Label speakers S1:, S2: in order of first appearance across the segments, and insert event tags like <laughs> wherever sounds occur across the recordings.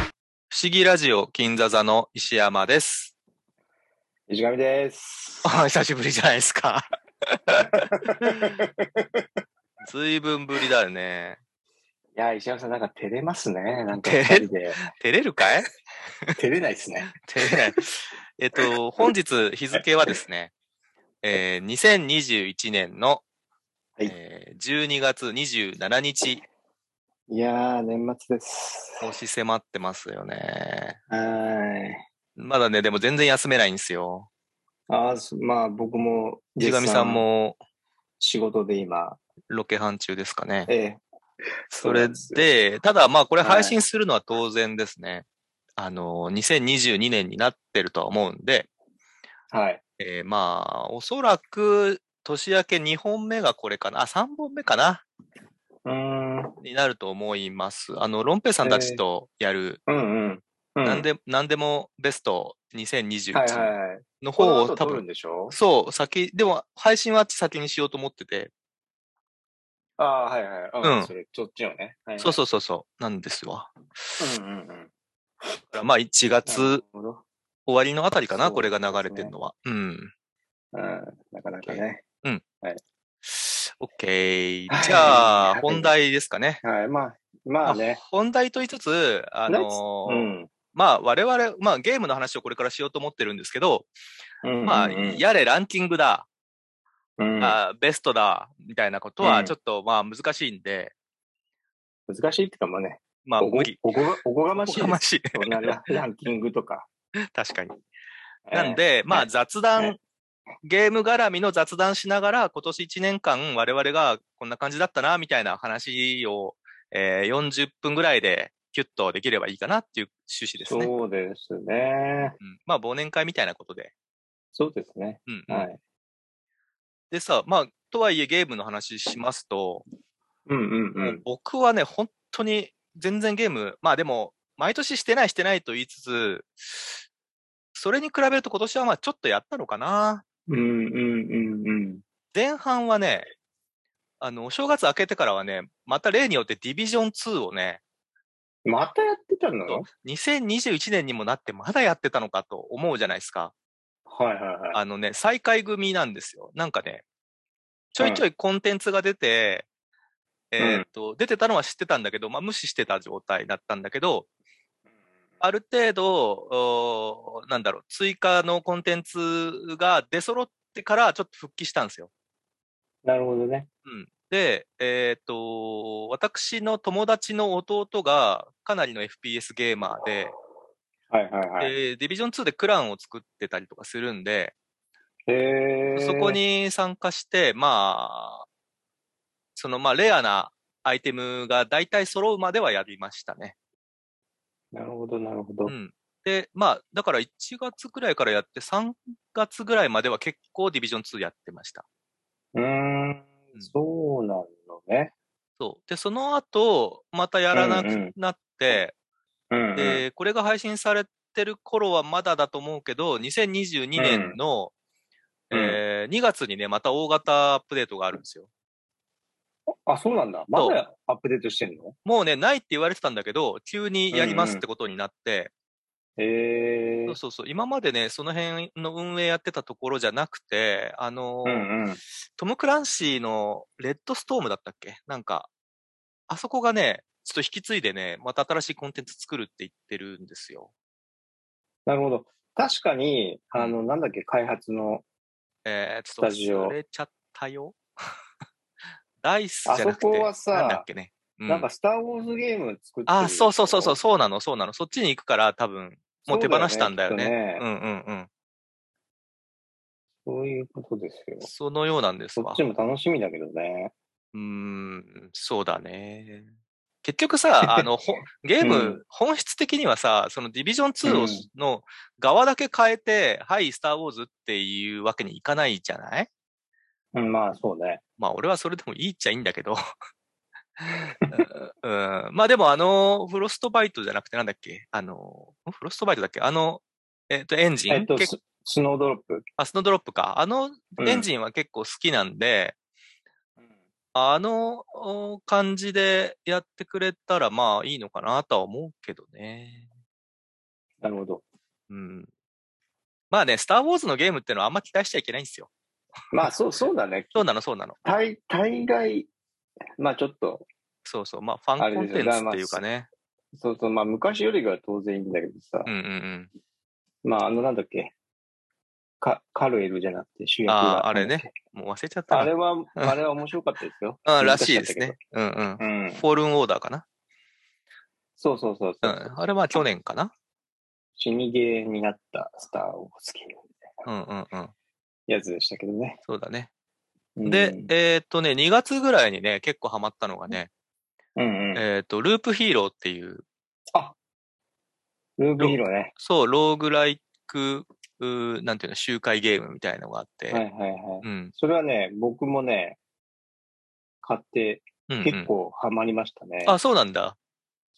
S1: 思議ラジオ金座座の石山です。
S2: 石上です。
S1: あ久しぶりじゃないですか。ずいぶんぶりだよね。
S2: いや、石山さん、なんか照れますね。なんか
S1: 照れ
S2: 二人で。
S1: 照れるかい
S2: 照れないですね。
S1: 照れない。えっと、本日日付はですね、えー2021年の、
S2: はい
S1: えー12月27日、
S2: いやー、年末です。
S1: 押し迫ってますよね。
S2: はーい。
S1: まだね、でも全然休めないんですよ。
S2: あーそまあ、僕も、
S1: 地上さん。も
S2: 仕事で今、
S1: ロケ班中ですかね。
S2: ええ。
S1: それで、ただまあこれ配信するのは当然ですね。あの、2022年になってるとは思うんで、
S2: はい。
S1: えーまあ、おそらく年明け2本目がこれかな、あ、3本目かな、
S2: うーん。うん
S1: になると思います。あの、ロンペイさんたちとやる、
S2: うん。うん、
S1: なんで、なんでもベスト
S2: はいは
S1: 2021
S2: いはい。
S1: の
S2: こ
S1: 方
S2: の
S1: を
S2: 後
S1: 多
S2: 撮るん
S1: 分、
S2: でしょ
S1: そう、先、でも配信は先にしようと思ってて、
S2: ああー、はいはい。
S1: うん
S2: それ、そっちをね。はい
S1: そうそうそうそう、なんですわ。
S2: うんうんうん。
S1: だからまあ1
S2: な
S1: 月
S2: るほど。
S1: 終わりのあたりかな、
S2: そう
S1: これが流れて
S2: です
S1: る
S2: ね
S1: のは。うん。
S2: うん。なかなかね。
S1: オッケー
S2: はい。
S1: じゃあ、
S2: はい
S1: 本題ですかね。
S2: はい。まあ、まあね。
S1: 本題と言いつつ、あのー
S2: うん。
S1: まあ、我々、まあ、ゲームの話をこれからしようと思ってるんですけど、
S2: うん
S1: まあ、
S2: うんうん
S1: やれランキングだ、
S2: うん
S1: あベストだ、みたいなこと
S2: う
S1: は、
S2: ん
S1: ちょっと、まあ、難しいんで、
S2: 難しいっていうかもうね、
S1: まあ、
S2: おご
S1: 無理。
S2: おこがおこがまし
S1: お
S2: い
S1: こが
S2: で。
S1: ますしい。
S2: そんなララン <laughs> キングとか。
S1: 確かに。
S2: えー
S1: <laughs> なん、で、ま
S2: は
S1: あ、
S2: い
S1: 雑
S2: は
S1: 談、ゲーム絡みの雑談しながら、今年1年間、我々がこんな感じだったな、みたいな話を、えー40分ぐらいで、キュッとできればいいかなっていう趣旨ですね。
S2: そうですね。
S1: うんまあ、忘年会みたいなことで。
S2: そうですね。
S1: うんうん
S2: はい。
S1: でさ、まあ、とはいえゲームの話しますと、
S2: うんうんう。
S1: もうん僕はね、本当に全然ゲーム、まあでも、毎年してないしてないと言いつつ、それに比べると今年はまあちょっとやったのかな。
S2: うんうんうんうん。
S1: 前半はね、あの、お正月明けてからはね、また例によってディビジョン2をね、
S2: またやってたの
S1: そ
S2: は
S1: う2021年にもなってまだやってたのかと思うじゃないですか。
S2: いはいはい。
S1: あのね、再開組なんですよ。なんかね、ちょいちょいコンテンツが出て、
S2: ん
S1: えーっと、出てたのは知ってたんだけど、まあ無視してた状態だったんだけど、ある程度、おーなんだろう、追加のコンテンツが出揃ってからちょっと復帰したんですよ。
S2: なるほどね。
S1: うん。で、えーっと、私の友達の弟がかなりの FPS ゲーマーで、
S2: はいはいはい。
S1: でディビジョン2でクランを作ってたりとかするんで、
S2: えー
S1: そこ。に参加して、まあ、そのまあレアなアイテムが大体揃うまではやりましたね。
S2: なるほどなるほど
S1: う。ん。で、まあ、だから1月ぐらいからやって、3月ぐらいまでは結構ディビジョン2やってました。
S2: うーん。そうなのね。
S1: そう。で、その後、またやらな
S2: うんう
S1: く
S2: ん
S1: なって、
S2: うんうん。
S1: で、これが配信されてる頃はまだだと思うけど、2022年の、
S2: うん
S1: えー2月にね、また大型アップデートがあるんですよ。
S2: あ、そうなんだ。まだアップデートしてんの
S1: もうね、ないって言われてたんだけど、急にやりますってことになって、
S2: えー
S1: そうそうそう、今までね、その辺の運営やってたところじゃなくて、あの
S2: う
S1: ー
S2: んうん。
S1: トム・クランシーのレッドストームだったっけなんか、あそこがね、ちょっと引き継いでね、また新しいコンテンツ作るって言ってるんですよ。
S2: なるほど。確かに、あの、なんだっけ、開発の、
S1: えー、ち
S2: ス
S1: ょっ
S2: タ
S1: と
S2: ジオ
S1: 忘れちゃったよ。 <laughs> ダイスじゃなくて、
S2: あそこはさ
S1: なんだっけね。う
S2: なんか、スター・ウォーズゲーム作ってる。
S1: あ、そうそうそうそう、そうなの、そうなの。そっちに行くから、多分、もう手放したんだよね
S2: そうよ
S1: う
S2: ねきっとね
S1: んうんうん。
S2: そういうことですよ。
S1: そのようなんです
S2: そ
S1: わ
S2: っち。も楽しみだけどね。
S1: うーん、そうだね。結局さ、
S2: <laughs>
S1: あの、ほゲーム、
S2: うん
S1: 本質的にはさ、そのディビジョン2を
S2: うん
S1: の側だけ変えて、はい、スターウォーズっていうわけにいかないじゃない
S2: うん、まあそうね。
S1: まあ、俺はそれでもいいっちゃいいんだけど。 <laughs> うんうんまあでもあの、フロストバイトじゃなくてなんだっけあの、んフロストバイトだっけあの、えっと、エンジン、
S2: えっと、
S1: 結
S2: ススノードロップ。
S1: あスノードロップか。あの、
S2: うん
S1: エンジンは結構好きなんで、あのお感じでやってくれたらまあいいのかなとは思うけどね。
S2: なるほど。
S1: うん。まあね、スター・ウォーズのゲームってのはあんま期待しちゃいけないんですよ。
S2: まあ、そう、そうだね。
S1: そうなの、そうなの。
S2: 大、大概、まあちょっと、
S1: そうそう。まあ、ファンコンテンツっていうかね。
S2: そうそう、まあ昔よりは当然いいんだけどさ
S1: う、んうんうん。
S2: まああのなんだっけ、かカルエルじゃなくて主役
S1: あ
S2: が。
S1: ーあれね。もう忘れちゃったな。。
S2: あれは、あれは面白かったですよ
S1: あーらしいですね。うんうん。
S2: 難しかったけど。うん。
S1: フォールンオーダーかな。
S2: そうそうそう
S1: う
S2: そ
S1: ん
S2: う。。
S1: あれは去年かな。
S2: 死にゲーになったスターを好きな
S1: うんうんうん。
S2: やつでしたけどね。
S1: そうだね。
S2: うん
S1: で、えーっとね、2月ぐらいにね、結構ハマったのがね、
S2: うんうん。
S1: えーっと、ループヒーローっていう、
S2: ルーブヒーローね。
S1: そう、ローグライク、うーなんていうの、周回ゲームみたいのがあって、
S2: はいはいはい。
S1: うん。
S2: それはね、僕もね、買って
S1: うん、うん。
S2: 結構ハマりましたね。
S1: あ、そうなんだ。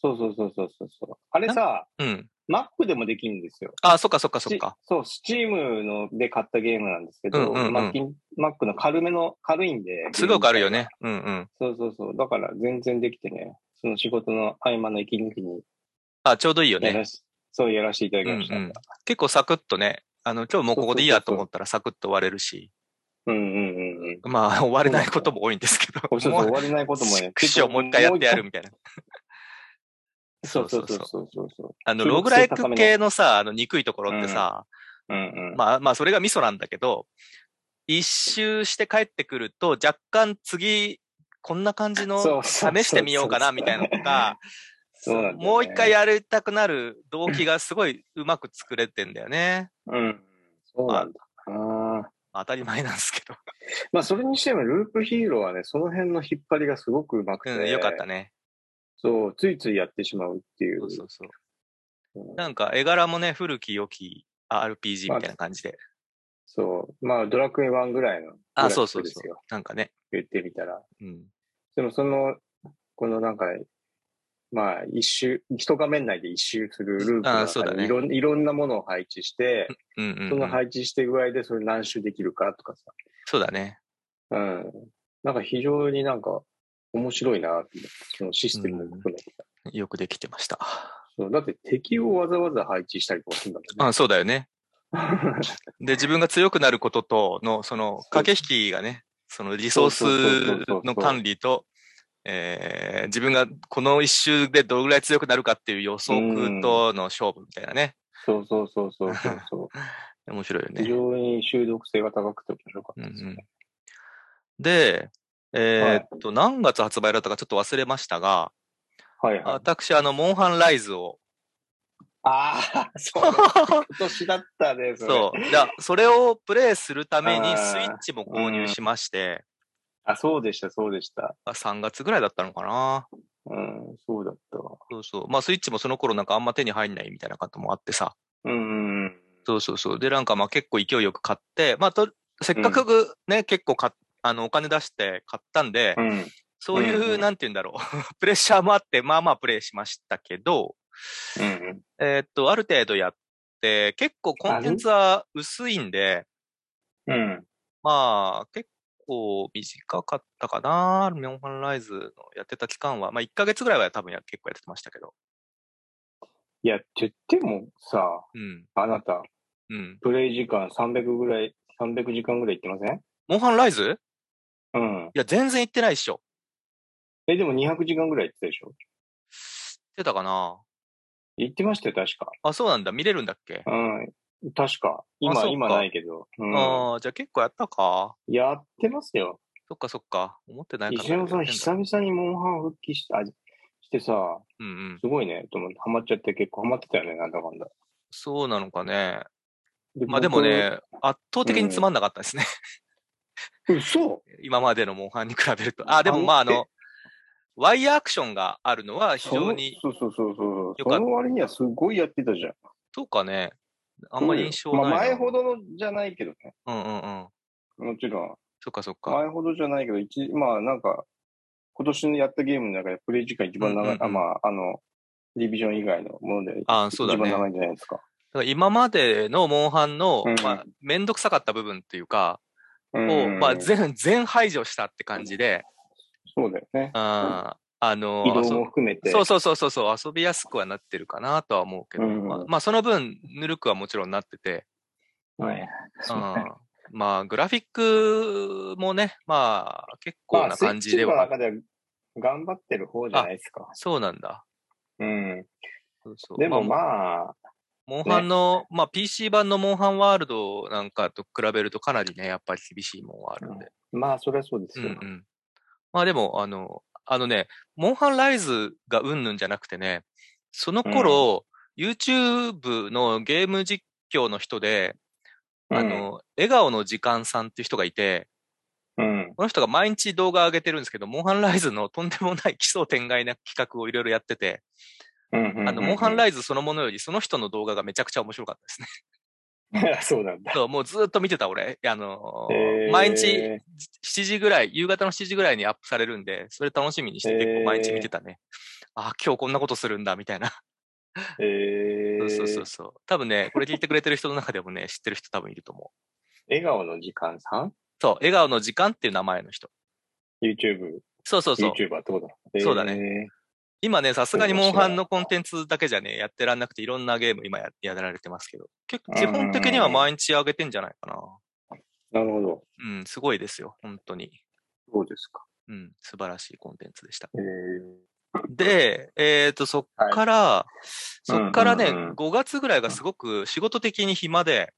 S2: そうそうそうそうそうそう。あれさ、
S1: うん。
S2: Mac でもできるんですよ。
S1: あ、そっかそっかそっか。
S2: スチそう、スチームので買ったゲームなんですけど、
S1: うんうんうん
S2: マッキン Mac の軽めの、軽いんで。
S1: すごくあるよね。うんうん。
S2: そうそうそう。だから全然できてね、その仕事の合間の息抜きに
S1: あ、ちょうどいいよ
S2: や
S1: ね。
S2: らし、そうやらせていただきました。
S1: う
S2: うんん
S1: うん結構サクッとね、あの、今日もうここでいいやと思ったらサクッと終われるし、
S2: うん、うんうんうん
S1: まあ、終 <laughs> われないことも多いんですけど。
S2: これちょっと終われないことも
S1: <laughs>
S2: ね。
S1: クションもう一回やってやるみたいな。
S2: そうそうそうそうそうそう。
S1: あの、
S2: 中毒性
S1: ローグライク
S2: 高めの
S1: 系のさ、あの、憎いところってさ、
S2: うんうん。
S1: まあ、まあ、それがミソなんだけど、一周して帰ってくると、若干次、こんな感じの
S2: そうそうそう
S1: 試してみようかな、みたいなのとか、
S2: <laughs> そうなんだよね
S1: もう一回やりたくなる動機がすごいうまく作れてんだよね。
S2: うん。そうなんだ。あー
S1: まあ当たり前なんですけど。
S2: まあ、それにしても、ループヒーローはね、その辺の引っ張りがすごくうまくて、
S1: うん、よかったね。
S2: そう、ついついやってしまうっていう。
S1: そうそうそう。
S2: うん
S1: なんか、絵柄もね、古き良き RPG みたいな感じで。
S2: そう。まあ、ドラクエ1ぐらいの。
S1: あ、そうそう
S2: です
S1: そう
S2: よ。。
S1: なんかね。
S2: 言ってみたら。
S1: うん。
S2: でも、その、このなんか、まあ、一周、一画面内で一周するループ
S1: あそうだ
S2: が、
S1: ね
S2: いろんいろんなものを配置して、
S1: うんうん、
S2: その
S1: うん。
S2: 配置して具合でそれ何周できるかとかさ。
S1: そうだね。
S2: うん。なんか非常になんか面白いなって思って、そのシステムも含めて。
S1: よくできてました。
S2: そうだって敵をわざわざ配置したりとかするんだもん
S1: あそうだよね。
S2: ね。
S1: で、自分が強くなることとの、その、駆け引きがね、そのリソースの管理と、えー自分がこの一周でどれぐらい強くなるかっていう予測との勝負みたいなね。
S2: <laughs> そうそうそうそうそうそう。
S1: 面白いよね。
S2: 非常に収読性が高くて面白かったですよね。
S1: で、えーっと、何月発売だったかちょっと忘れましたが、
S2: はいはい。
S1: 私、あの、モンハンライズを、
S2: ああ、そう。今年だったね、それ
S1: そう、じゃそれをプレイするため
S2: あ
S1: に
S2: ー
S1: スイッチも購入しまして、
S2: あ、そうでした、そうでした。
S1: あ3月ぐらいだったのかな。
S2: うん、そうだったわ。
S1: そうそう。まあ、スイッチもその頃なんかあんま手に入んないみたいなこともあってさ、
S2: うんうん。
S1: そうそうそう。で、なんかまあ結構勢いよく買って、まあ、と、せっかくね、結構買っあの、お金出して買ったんで、
S2: うん。
S1: そういう、
S2: うんうん
S1: なんて言うんだろう、 <laughs> プレッシャーもあって、まあまあプレイしましたけど、
S2: うん。
S1: えーっと、ある程度やって、結構コンテンツは薄いんで、
S2: うん。
S1: まあ、結構短かったかな、ミョンハンライズのやってた期間は。まあ、1ヶ月ぐらいは多分や結構やってましたけど。
S2: いや、って言ってもさ、
S1: うん。
S2: あなた、
S1: うん。
S2: プレイ時間300ぐらい、300時間ぐらいいってません
S1: モンハンライズ
S2: うん。
S1: いや、全然行ってないっしょ。
S2: え、でも200時間ぐらい行ってたでしょ
S1: 行ってたかな
S2: 行ってましたよ、確か。
S1: あ、そうなんだ。見れるんだっけ、
S2: うん。確か。
S1: あ
S2: 今、
S1: そうか
S2: 今ないけど。うん。
S1: ああ、じゃあ結構やったか。
S2: やってますよ。
S1: そっかそっか。思ってないから。
S2: 石山さん、
S1: やってだ
S2: 久々にモンハン復帰して、あ、してさ、
S1: うんうん。
S2: すごいね、と思って、ハマっちゃって結構ハマってたよね、なんだかんだ。
S1: そうなのかね。
S2: で
S1: まあでも、ね、圧倒的につまんなかったですね。
S2: 僕嘘
S1: 今までのモンハンに比べると。あ、でもまああ
S2: あの
S1: の、ワイヤーアクションがあるのは非常に、
S2: そのそうそうそう
S1: よ
S2: そう。
S1: かった
S2: その割にはすごいやってたじゃん。
S1: そうかね、あんまり印象
S2: うん
S1: ない
S2: ま
S1: な。
S2: あ、前ほどのじゃないけどね。
S1: うんうんうん。
S2: もちろん。
S1: そっかそっか。
S2: 前ほどじゃないけど、一、まあなんか、今年のやったゲームの中でプレイ時間一番
S1: う
S2: 長い、
S1: んうんうん
S2: あ、まあ、あの、ディビジョン以外のもので、
S1: あそうだね
S2: 一番長いんじゃないですか。
S1: だから今までのモンハンの、
S2: うん
S1: まあ、めんどくさかった部分っていうか、
S2: う
S1: を、
S2: ん
S1: まあ、全、全排除したって感じで、
S2: そうだよね。
S1: あーあの、
S2: 移動も含めて。
S1: そうそうそうそうそう、遊びやすくはなってるかなとは思うけど、
S2: うん
S1: まあ、まあその分、ぬるくはもちろんなってて、
S2: はい。
S1: う
S2: そ
S1: ん
S2: うね
S1: まあグラフィックもね、まあ結
S2: ま
S1: 構
S2: あ
S1: な
S2: スイ
S1: 感
S2: ッ
S1: じ
S2: チ
S1: で
S2: の
S1: は、
S2: 中で頑張ってる方じゃないですか。
S1: そうなんだ。
S2: うん。
S1: そうそう
S2: でも
S1: まあ
S2: まあ、
S1: モンハンの、まあ PC 版のモンハンワールドなんかと比べるとかなりね、やっぱり厳しいもんはあるんで。
S2: まあ、それはそうです
S1: う
S2: よ。
S1: んうん。まあでも、あの、あのね、モンハンライズがうんぬんじゃなくてね、その頃、YouTube のゲーム実況の人で、あの、笑顔の時間さんっていう人がいて、
S2: うん、
S1: この人が毎日動画上げてるんですけど、モンハンライズのとんでもない奇想天外な企画をいろいろやってて、
S2: うん。
S1: あの、モンハンラ
S2: イ
S1: イズそのものよりその人の動画がめちゃくちゃ面白かったですね。 <laughs>
S2: ブ。 <laughs> そうなんだ。
S1: そう、もうずっと見てた俺。あのー
S2: へー
S1: 毎日7時ぐらい、夕方の7時ぐらいにアップされるんで、それ楽しみにして結
S2: へ
S1: 構
S2: ー
S1: 毎日見てたね。あ、今日こんなことするんだ、みたいな。
S2: え
S1: そうそうそ
S2: ー
S1: う、そう。多分ね、これ聞いてくれてる人の中でもね、知ってる人多分いると思う。
S2: 笑顔の時間さん
S1: そう、笑顔の時間っていう名前の人。
S2: ?YouTube、
S1: そうそうそう。
S2: YouTuber ってことだ。えー
S1: そうだね。今ね、さすがにモンハンの
S2: 面白
S1: コ
S2: い
S1: ンテンツだけじゃね、やってらんなくて、いろんなゲーム今ややられてますけど、結構基本的には毎日上げてんじゃないか
S2: なるほど。
S1: な。うん、すごいですよ、本当に。
S2: そうですか。
S1: うん、素晴らしいコンテンツでした。
S2: えー
S1: で、えっ、と、そっから、そっからね、
S2: うんうんうん
S1: 5月ぐらいがすごく仕事的に暇で、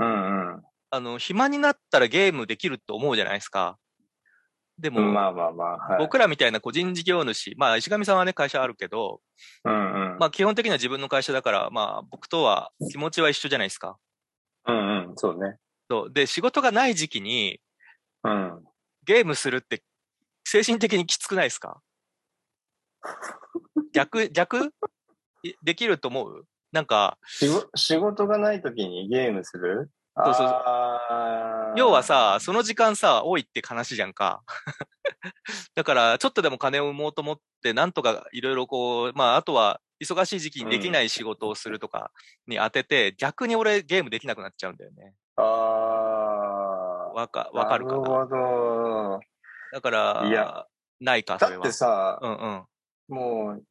S2: うんうん。
S1: あの、暇になったらゲームできると思うじゃないですか。でも、
S2: まあまあまあ、はい。
S1: 僕らみたいな個人事業主、まあ、石上さんはね、会社あるけど、
S2: うんうん。
S1: まあ、基本的には自分の会社だから、まあ、僕とは気持ちは一緒じゃないですか。
S2: うんうん、そうね。
S1: そうで、仕事がない時期に
S2: うん。
S1: ゲームするって精神的にきつくないですか逆、逆 <laughs> いできると思うなんか、
S2: 仕事仕事がない時にゲームする
S1: そうそう
S2: あー
S1: 要はさ、その時間さ、多いって話じゃんか。 <laughs> だから、ちょっとでも金を生もうと思って、なんとかいろいろこう、まあ、あとは、忙しい時期にできない仕事をするとかに当てて、逆に俺ゲームできなくなっちゃうんだよね。
S2: あ
S1: わか、
S2: ー
S1: わかるか
S2: な
S1: な
S2: るほど。
S1: だから、
S2: いや
S1: ないか、それ
S2: だっ
S1: は
S2: て。さ、
S1: うんうん。
S2: もう、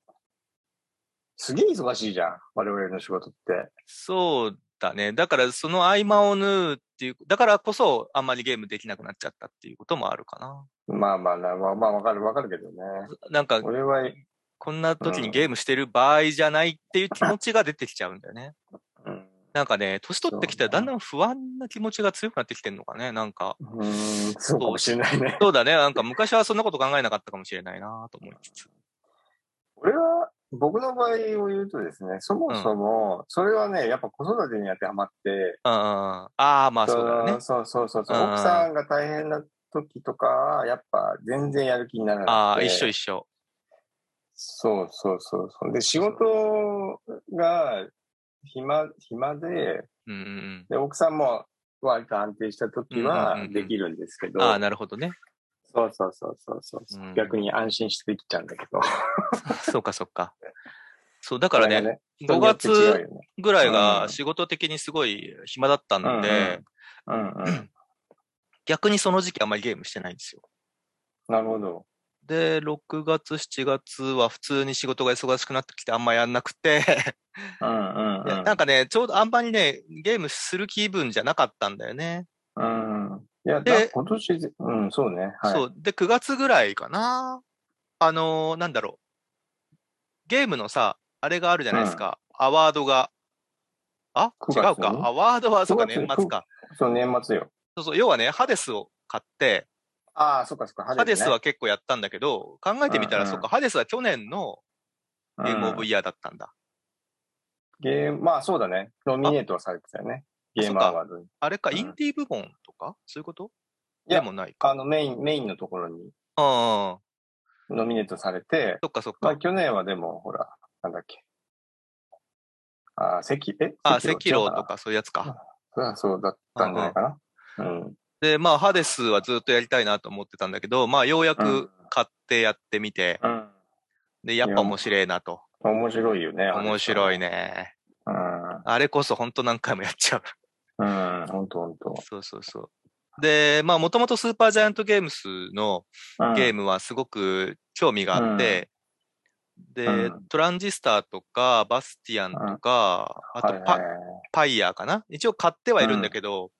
S2: すげえ忙しいじゃん。我々の仕事って。
S1: そうだね。だから、その合間を縫うっていう、だからこそ、あんまりゲームできなくなっちゃったっていうこともあるかな。
S2: まあまあな、まあまあわかるわかるけどね。
S1: なんか、
S2: 俺は、
S1: こんな時にゲームしてる場合じゃないっていう気持ちが出てきちゃうんだよね。
S2: うん、
S1: なんかね、年取ってきたらだんだん不安な気持ちが強くなってきてんのかね、なんか。
S2: うーんそうかもしれないね。
S1: そうだね、なんか昔はそんなこと考えなかったかもしれないなと思いつつ。
S2: 俺は、僕の場合を言うとですね、そもそも、それはね、やっぱ子育てに当てはまって、
S1: うんうんうん。ああ、まあそうだよね。
S2: そうそうそうそう、
S1: うん
S2: 奥さんが大変な時とかは、やっぱ全然やる気にならなくて。
S1: ああ、一緒一緒。
S2: そうそうそうそう。で、仕事が暇、暇で、
S1: うんうん
S2: で、奥さんも割と安定した時
S1: うんうんうん
S2: は
S1: うん
S2: できるんですけ
S1: う
S2: ど、
S1: ん。ああ、なるほどね。 <laughs>
S2: そうそうそうそうそう、
S1: うん
S2: 逆に安心してできちゃうんだけど。
S1: そうかそうか。そう、だから
S2: これが
S1: ね、
S2: 人
S1: 5
S2: によって
S1: 月
S2: 違うよね
S1: ぐらい
S2: うんう
S1: が
S2: ん
S1: 仕事的にすごい暇だったん
S2: うん
S1: で、
S2: うんうん。
S1: 逆にその時期あんまりゲームしてないんですよ。
S2: なるほど。
S1: で、6月、7月は普通に仕事が忙しくなってきてあんまやんなくて、
S2: うんうん
S1: いや
S2: うん。
S1: なんかね、ちょうどあんまりね、ゲームする気分じゃなかったんだよね。
S2: うん。いや、
S1: で
S2: だ今年ぜ、うん、そうね。はい。
S1: そう。で、9月ぐらいかな。あのーなんだろう。ゲームのさ、あれがあるじゃないですか。アワードが。あ
S2: 9
S1: 違う
S2: 月
S1: か
S2: に。
S1: アワードは、そうか、
S2: 9月
S1: 年末か。
S2: そう、年末よ。
S1: そうそう。要はね、ハデスを買って、
S2: ああ、そっかそっか。
S1: ハデス
S2: ね
S1: は結構やったんだけど、考えてみたら、
S2: うんうん
S1: そっか、ハデスは去年のゲームオブイヤーだったんだ。
S2: うんゲーム、まあそうだね。ノミネートはされてたよね。
S1: あ
S2: ゲームアワードに。
S1: あれか、
S2: うん
S1: インディー部門とかそういうこと
S2: いや
S1: でもないか。
S2: あの、メイン、メインのところに
S1: ああ、
S2: ノミネートされて、
S1: そっかそっか
S2: まあ、。去年はでも、ほら、なんだっけ。ああ、関、え
S1: あ、赤狼と
S2: か。
S1: かそういうやつか。
S2: そうそうだったんじゃないかな。うん。
S1: で、まあ、ハデスはずっとやりたいなと思ってたんだけど、まあ、ようや
S2: うん
S1: く買ってやってみて、
S2: うん。
S1: で、やっぱ面白いなと。
S2: 面白いよね。
S1: 面白い
S2: ね。
S1: ね。
S2: うん。うん。
S1: あれこそ本当何回もやっちゃう。 <laughs>
S2: ほんとほんと。
S1: そうそうそう。で、まあ、もともとスーパージャイアントゲームスのゲー
S2: ム。
S1: ムはすごく興味があって、で、
S2: うん
S1: トランジスターとか、バスティアンとか、あとパ、
S2: はいはい
S1: パイヤーかな一応買ってはいるんだけど、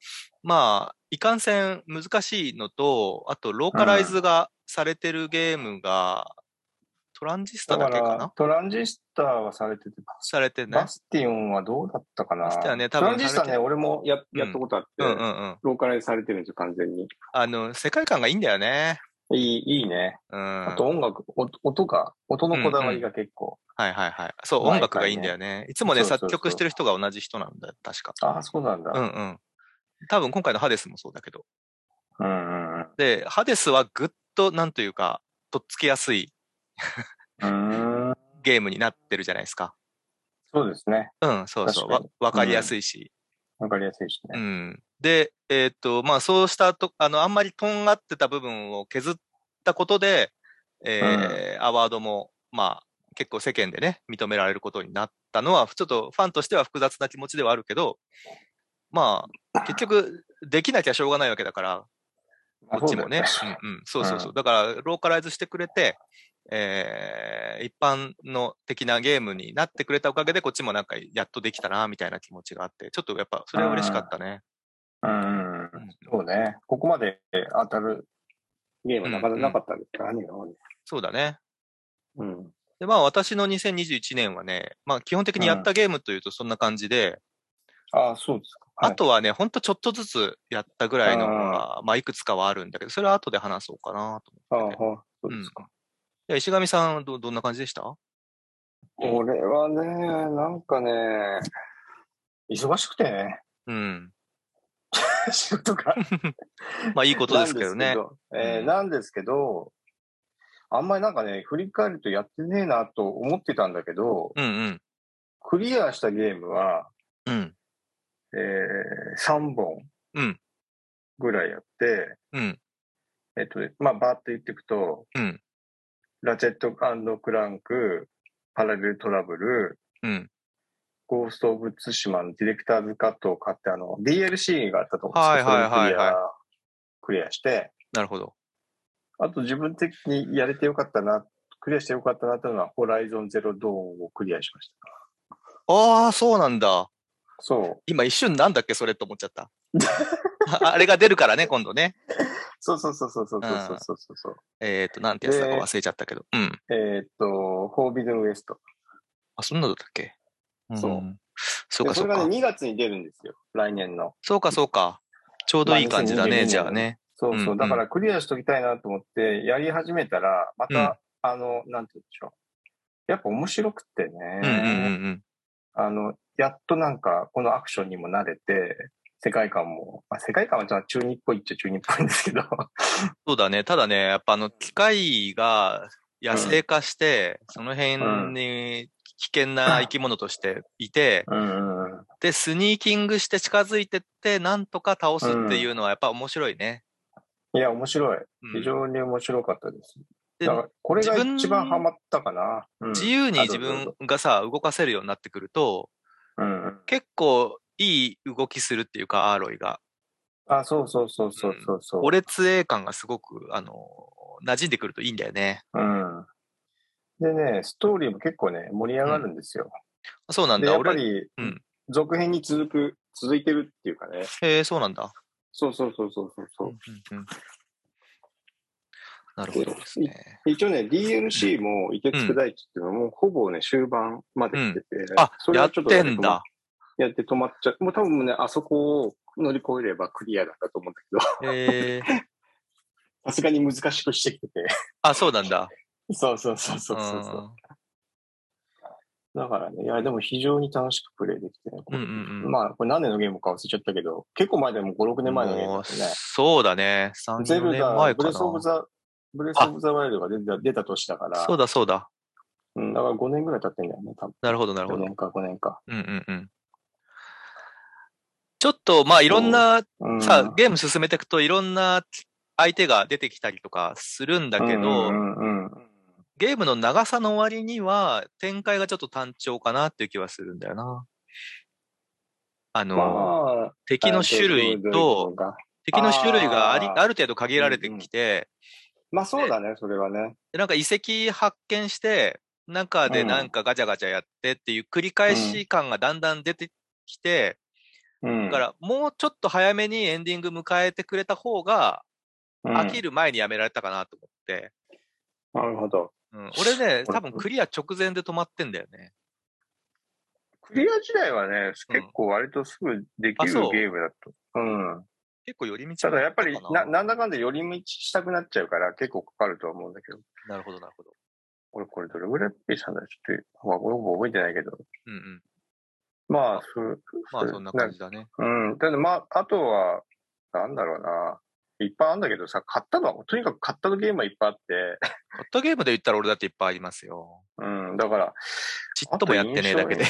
S1: まあ、いかんせん難しいのと、あと、ローカライズがされてるゲームが、トランジスタ
S2: だか
S1: だけからな、
S2: トランジスタはされてて、
S1: されてね
S2: バ。スティオンはどうだったかな
S1: バスティオンね多
S2: ト
S1: 分
S2: ランジスタ
S1: され
S2: ね、俺もややったことあって、
S1: うんうんうん。
S2: ローカライズされてるんですよ、完全に。
S1: あの、世界観がいいんだよね。
S2: いい、いいね。
S1: うん。
S2: あと音楽、お音が、音のこだわりが結構。
S1: はいはいはい。そう、
S2: 毎回ね
S1: 音楽がいいんだよね。いつもね、
S2: そうそうそ
S1: 作
S2: う
S1: 曲してる人が同じ人なんだよ、確か。
S2: ああ、そうなんだ。
S1: うんうん。多分今回のハデスもそうだけど。
S2: うんうん
S1: で、ハデスはぐっと、なんというか、とっつきやすい
S2: うん。うーん。
S1: ゲームになってるじゃないですか。
S2: そうですね。
S1: うん、そうそう。
S2: 確か
S1: わ
S2: に
S1: わかりやすいし。
S2: わかりやすいし
S1: う
S2: ね。
S1: ん。で、えーっと、まあ、そうしたと、あの、あんまりとんがってた部分を削ったことで、えーアワードも、まあ、結構世間でね、認められることになったのは、ちょっとファンとしては複雑な気持ちではあるけど、まあ、結局、できなきゃしょうがないわけだから、
S2: あ
S1: こっちもね。
S2: そうだよ
S1: うんうん。そうそうそう。だから、ローカライズしてくれて、えー一般の的なゲームになってくれたおかげで、こっちもなんか、やっとできたな、みたいな気持ちがあって、ちょっとやっぱ、それは嬉しかったね。
S2: うんうん。
S1: うん
S2: そうね。ここまで当たるゲームはなかな
S1: うん
S2: かなかったんですからね、今まで
S1: そうだね。
S2: うん。
S1: で、まあ、私の2021年はね、まあ、基本的にやったゲームというとそんな感じで、
S2: ああ、そうですか。はい
S1: あとはね、ほんとちょっとずつやったぐらいのが、まあ、いくつかはあるんだけど、それは後で話そうかなと思
S2: ああ、
S1: ってて。
S2: はいそうですか。
S1: いや石上さんど、どんな感じでしたうん
S2: 俺はね、なんかね、忙しくてね、 <laughs>
S1: うん。
S2: 仕事が。
S1: まあ、いいことですけどね。う
S2: えー
S1: ん
S2: なんですけど、あんまりなんかね、振り返るとやってねえなと思ってたんだけど、
S1: うんうん。
S2: クリアしたゲームは、
S1: うん。
S2: えー、3本
S1: うん
S2: ぐらいやって、
S1: うん。
S2: えっと、まあ、バーって言っていくと、
S1: うん
S2: ラチェットクランク、パラレルトラブル、
S1: うん。
S2: ゴースト・オブ・ツシマのディレクターズカットを買って、あの、DLC があったと思うんですけど、
S1: はいはいはいはい
S2: それをクリア、クリアして、
S1: なるほど。
S2: あと自分的にやれてよかったな、クリアしてよかったなというのは、ホライゾンゼロドーンをクリアしました。
S1: ああ、そうなんだ。
S2: そう。
S1: 今一瞬なんだっけそれと思っちゃ
S2: <laughs>
S1: った。ああれが出るからね、今度ね。
S2: そうそうそうそうそうそうそうそうそう。
S1: えっ、と、なんてやつだか忘れちゃったけど。うん。
S2: えーっと、フォービドンウエスト。
S1: あ、そんなのだったっけ
S2: そうん
S1: そうか
S2: で
S1: そ
S2: そうれ
S1: か
S2: が。ね、2月に出るんですよ。来年の。
S1: そうか、そうか。ちょうどいい感じだ
S2: まあ
S1: ね、じゃあね。
S2: そうそう。
S1: うんうん
S2: だからクリアしときたいなと思って、やり始めたら、また、あの、なんて言うんでしょう。やっぱ面白くてね。
S1: うんうんうん
S2: あの、やっとなんか、このアクションにも慣れて、世界観も、まあ、世界観はちょっと中二っぽいっちゃ中二っぽいんですけど、
S1: うん。そうだね。ただね、やっぱあの、機械が野生化して、その辺に危険な生き物としていて、
S2: うんうん、
S1: で、スニーキングして近づいてって、なんとか倒すっていうのはやっぱ面白いね。
S2: いや、面白い。
S1: うん
S2: 非常に面白かったです。
S1: で
S2: だから、これが
S1: 自分
S2: 一番ハマったかな。うん
S1: 自由に
S2: あど
S1: 自
S2: うぞど
S1: 分
S2: うぞ
S1: がさ、動かせるようになってくると、
S2: うんうん。
S1: 結構いい動きするっていうか、アーロイが。
S2: あ、そうそうそうそうそうそう。
S1: 俺つえ感がすごく、あの、馴染んでくるといいんだよね。
S2: うん。でね、ストーリーも結構ね、盛り上がるんですよ。
S1: そうなん
S2: で、
S1: だ。
S2: やっぱ
S1: 俺、
S2: り、
S1: うん
S2: 続編に続く、続いてるっていうかね。
S1: へえそうなんだ。
S2: そうそうそうそうそうそう。
S1: うんうんうんなるほどですね。
S2: 一応ね、DLC も、いてつく大地っていうのも、ほぼね、終盤まで来てて、
S1: あ、やっ
S2: はね
S1: てんだ。。
S2: 止まやって止まっちゃう。もう多分ね、あそこを乗り越えればクリアなんだと思うんだけど、 <laughs>
S1: へえ
S2: さすがに難しくしてきてて。
S1: あ、 <laughs> そうなんだ。
S2: そうそうそうそうそうそう。だからね、いや、でも非常に楽しくプレイできてね。これ
S1: うんうんうん
S2: まあ、これ何年のゲームか忘れちゃったけど、結構前でも5、6
S1: うん
S2: 年前のゲーム
S1: も
S2: で
S1: う
S2: すね。
S1: そうだね。3、
S2: ゼ
S1: 4
S2: ル
S1: 年
S2: ダ、
S1: 前
S2: ブ
S1: か
S2: レ
S1: な。
S2: スオブ
S1: そ
S2: ザ、ブレスオブザワイルドが出た出た年だから、
S1: うだそうだ。
S2: うん、だから5年ぐらい経ってんだよね、多分。
S1: なるほどなるほ
S2: 4
S1: ど。
S2: 年か5年か。
S1: うんうんうん。ちょっと、まあ、いろんな、
S2: うん、
S1: さ、ゲーム進めていくと、いろんな相手が出てきたりとかするんだけど、
S2: うんうんうん
S1: ゲームの長さの割には、展開がちょっと単調かなっていう気はするんだよな。あの、
S2: まあ、
S1: 敵の種類
S2: どういう
S1: と、
S2: のが
S1: 敵の種類があり
S2: あー
S1: ある程度限られてきて、
S2: まあそうだね、それはね。
S1: でなんか遺跡発見して、中でなんかガチャガチャやってっていう繰り返し感がだんだん出てきて、
S2: うん。
S1: だからもうちょっと早めにエンディング迎えてくれた方が、
S2: うん
S1: 飽きる前にやめられたかなと思って。
S2: なるほど。
S1: うん、俺
S2: <laughs>
S1: ね、多分クリア直前で止まってんだよね。
S2: クリア時代はね、
S1: うん
S2: 結構割とすぐでき
S1: あ
S2: る
S1: そう
S2: ゲームだと。うん。
S1: 結構寄り道
S2: ただやっぱり
S1: だったか
S2: な、なんだかんだ寄り道したくなっちゃうから結構かかるとは思うんだけど。
S1: なるほど、なるほど。
S2: 俺これどれぐらいペースなんだちょっと、まあ、俺も覚えてないけど。
S1: うんうん。
S2: まあ、そう。
S1: まあそんな感じだね。
S2: うん。ただまあ、あとは、なんだろうな。いっぱいあるんだけどさ、買ったのは、とにかく買ったゲームはいっぱいあって、
S1: ホットゲームで言ったら俺だっていっぱいありますよ。
S2: うん、だから、
S1: ちっともやってねえだけで。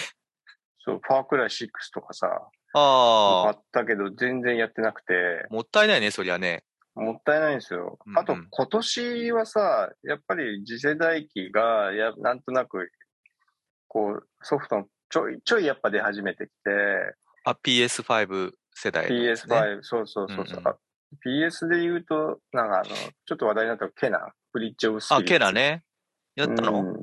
S2: そう、ファークライ6とかさ、買
S1: ああ
S2: ったけど全然やってなくて、
S1: ー、もったいないね、そりゃね。
S2: もったいないんですよ
S1: うんう。ん
S2: あと、今年はさ、やっぱり次世代機が、や、なんとなく、こう、ソフトのちょいちょいやっぱ出始めてきて、
S1: あ、PS5 世代、ね。
S2: PS5、そうそうそうそ
S1: うんう
S2: う、
S1: ん
S2: あ PS で言うと、なんかあの、ちょっと話題になったケナン、ブリッジオブスピリッ
S1: あ、
S2: ツ
S1: ケラね。やった
S2: う
S1: の、
S2: ん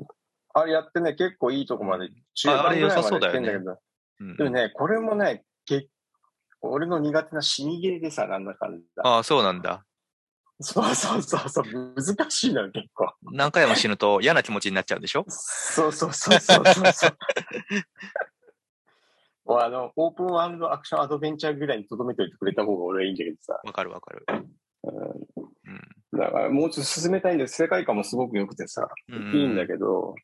S2: あれやってね、結構いいとこまで、中盤ぐらいまで行ってんだけど、
S1: うん
S2: でもね、これもね、結俺の苦手な死にゲーでさ、なんだかんだ。
S1: ああ、そうなんだ。
S2: そうそうそうそう、難しいのよ、結
S1: <laughs>
S2: 構。
S1: 何回も死ぬと嫌な気持ちになっちゃうんでしょ
S2: そうそうそうそうそうそう。もうあの、オープンワールドアクションアドベンチャーぐらいにとどめておいてくれた方が俺はいいんだけどさ。
S1: わかるわかる。うん。
S2: だからもうちょっと進めたいんだけど、世界観もすごく良くてさ、
S1: うん
S2: いいんだけど、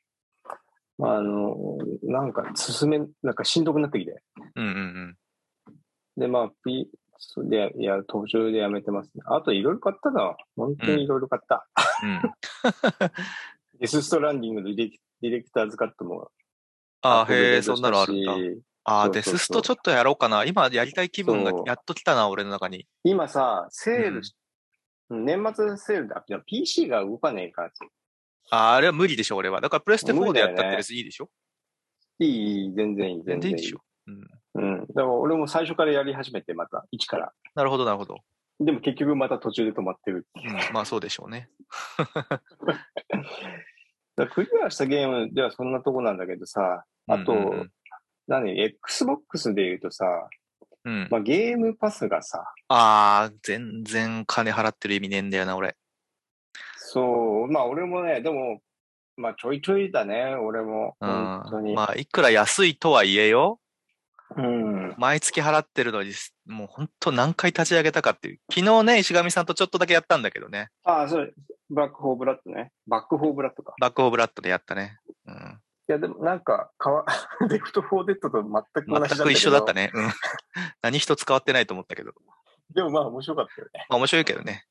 S2: まああの、なんか進め、なんかしんどくなってきて。
S1: うんうんうん。
S2: で、まあ、ピそうで、いや、途中でやめてますね。あと、いろいろ買ったな。本当にいろいろ買った。
S1: うん、
S2: デスストランディングのディレクディレクターズカットも。
S1: あ
S2: アッ
S1: あ、
S2: プデ
S1: へえ、
S2: ート
S1: そ
S2: し
S1: ん
S2: た
S1: な
S2: し
S1: のあるんだ。ああ、
S2: そうそう
S1: デ
S2: そう
S1: スストちょっとやろうかな。今やりたい気分が
S2: そう
S1: やっと来たな、俺の中に。
S2: 今さ、セールし、年末セールで、あ、PC が動かねえから、
S1: ああ、あれは無理でしょ、俺は。だからプレステ4
S2: 無理
S1: で
S2: だよ
S1: や
S2: ね
S1: ったって別にいいでしょ
S2: いい、全然いい、全
S1: 全然
S2: 然い
S1: い
S2: い。
S1: いでしょ。うん。
S2: うん。だから俺も最初からやり始めて、また、一から。
S1: なるほど、なるほど。
S2: でも結局また途中で止まってる。
S1: うんまあそうでしょうね。
S2: だからクリアしたゲームではそんなとこなんだけどさ、 <laughs> あと、
S1: うんうん
S2: 何、Xbox で言うとさ、
S1: うん、うん
S2: まあ、ゲームパスがさ、
S1: ああ、全然金払ってる意味ねえんだよな、俺。
S2: そう、まあ俺もね、でも、まあちょいちょいだね、俺も。
S1: うん。
S2: 本当に。
S1: まあ、いくら安いとはいえよ。
S2: うん。
S1: 毎月払ってるのに、もう本当何回立ち上げたかっていう。昨日ね、石上さんとちょっとだけやったんだけどね。
S2: ああ、そう、ブラックホーブラッドね。バックホーブラッドか。
S1: バックオブラッドでやったね。うん。
S2: いや、でもなんか、かわ、 <laughs> レフトフォーデッドと全く同じだった
S1: 全く一緒だった
S2: ね。
S1: ね。うん。 <laughs> 何一つ変わってないと思ったけど。
S2: でもまあ面白かったよね。
S1: まあ面白いけどね。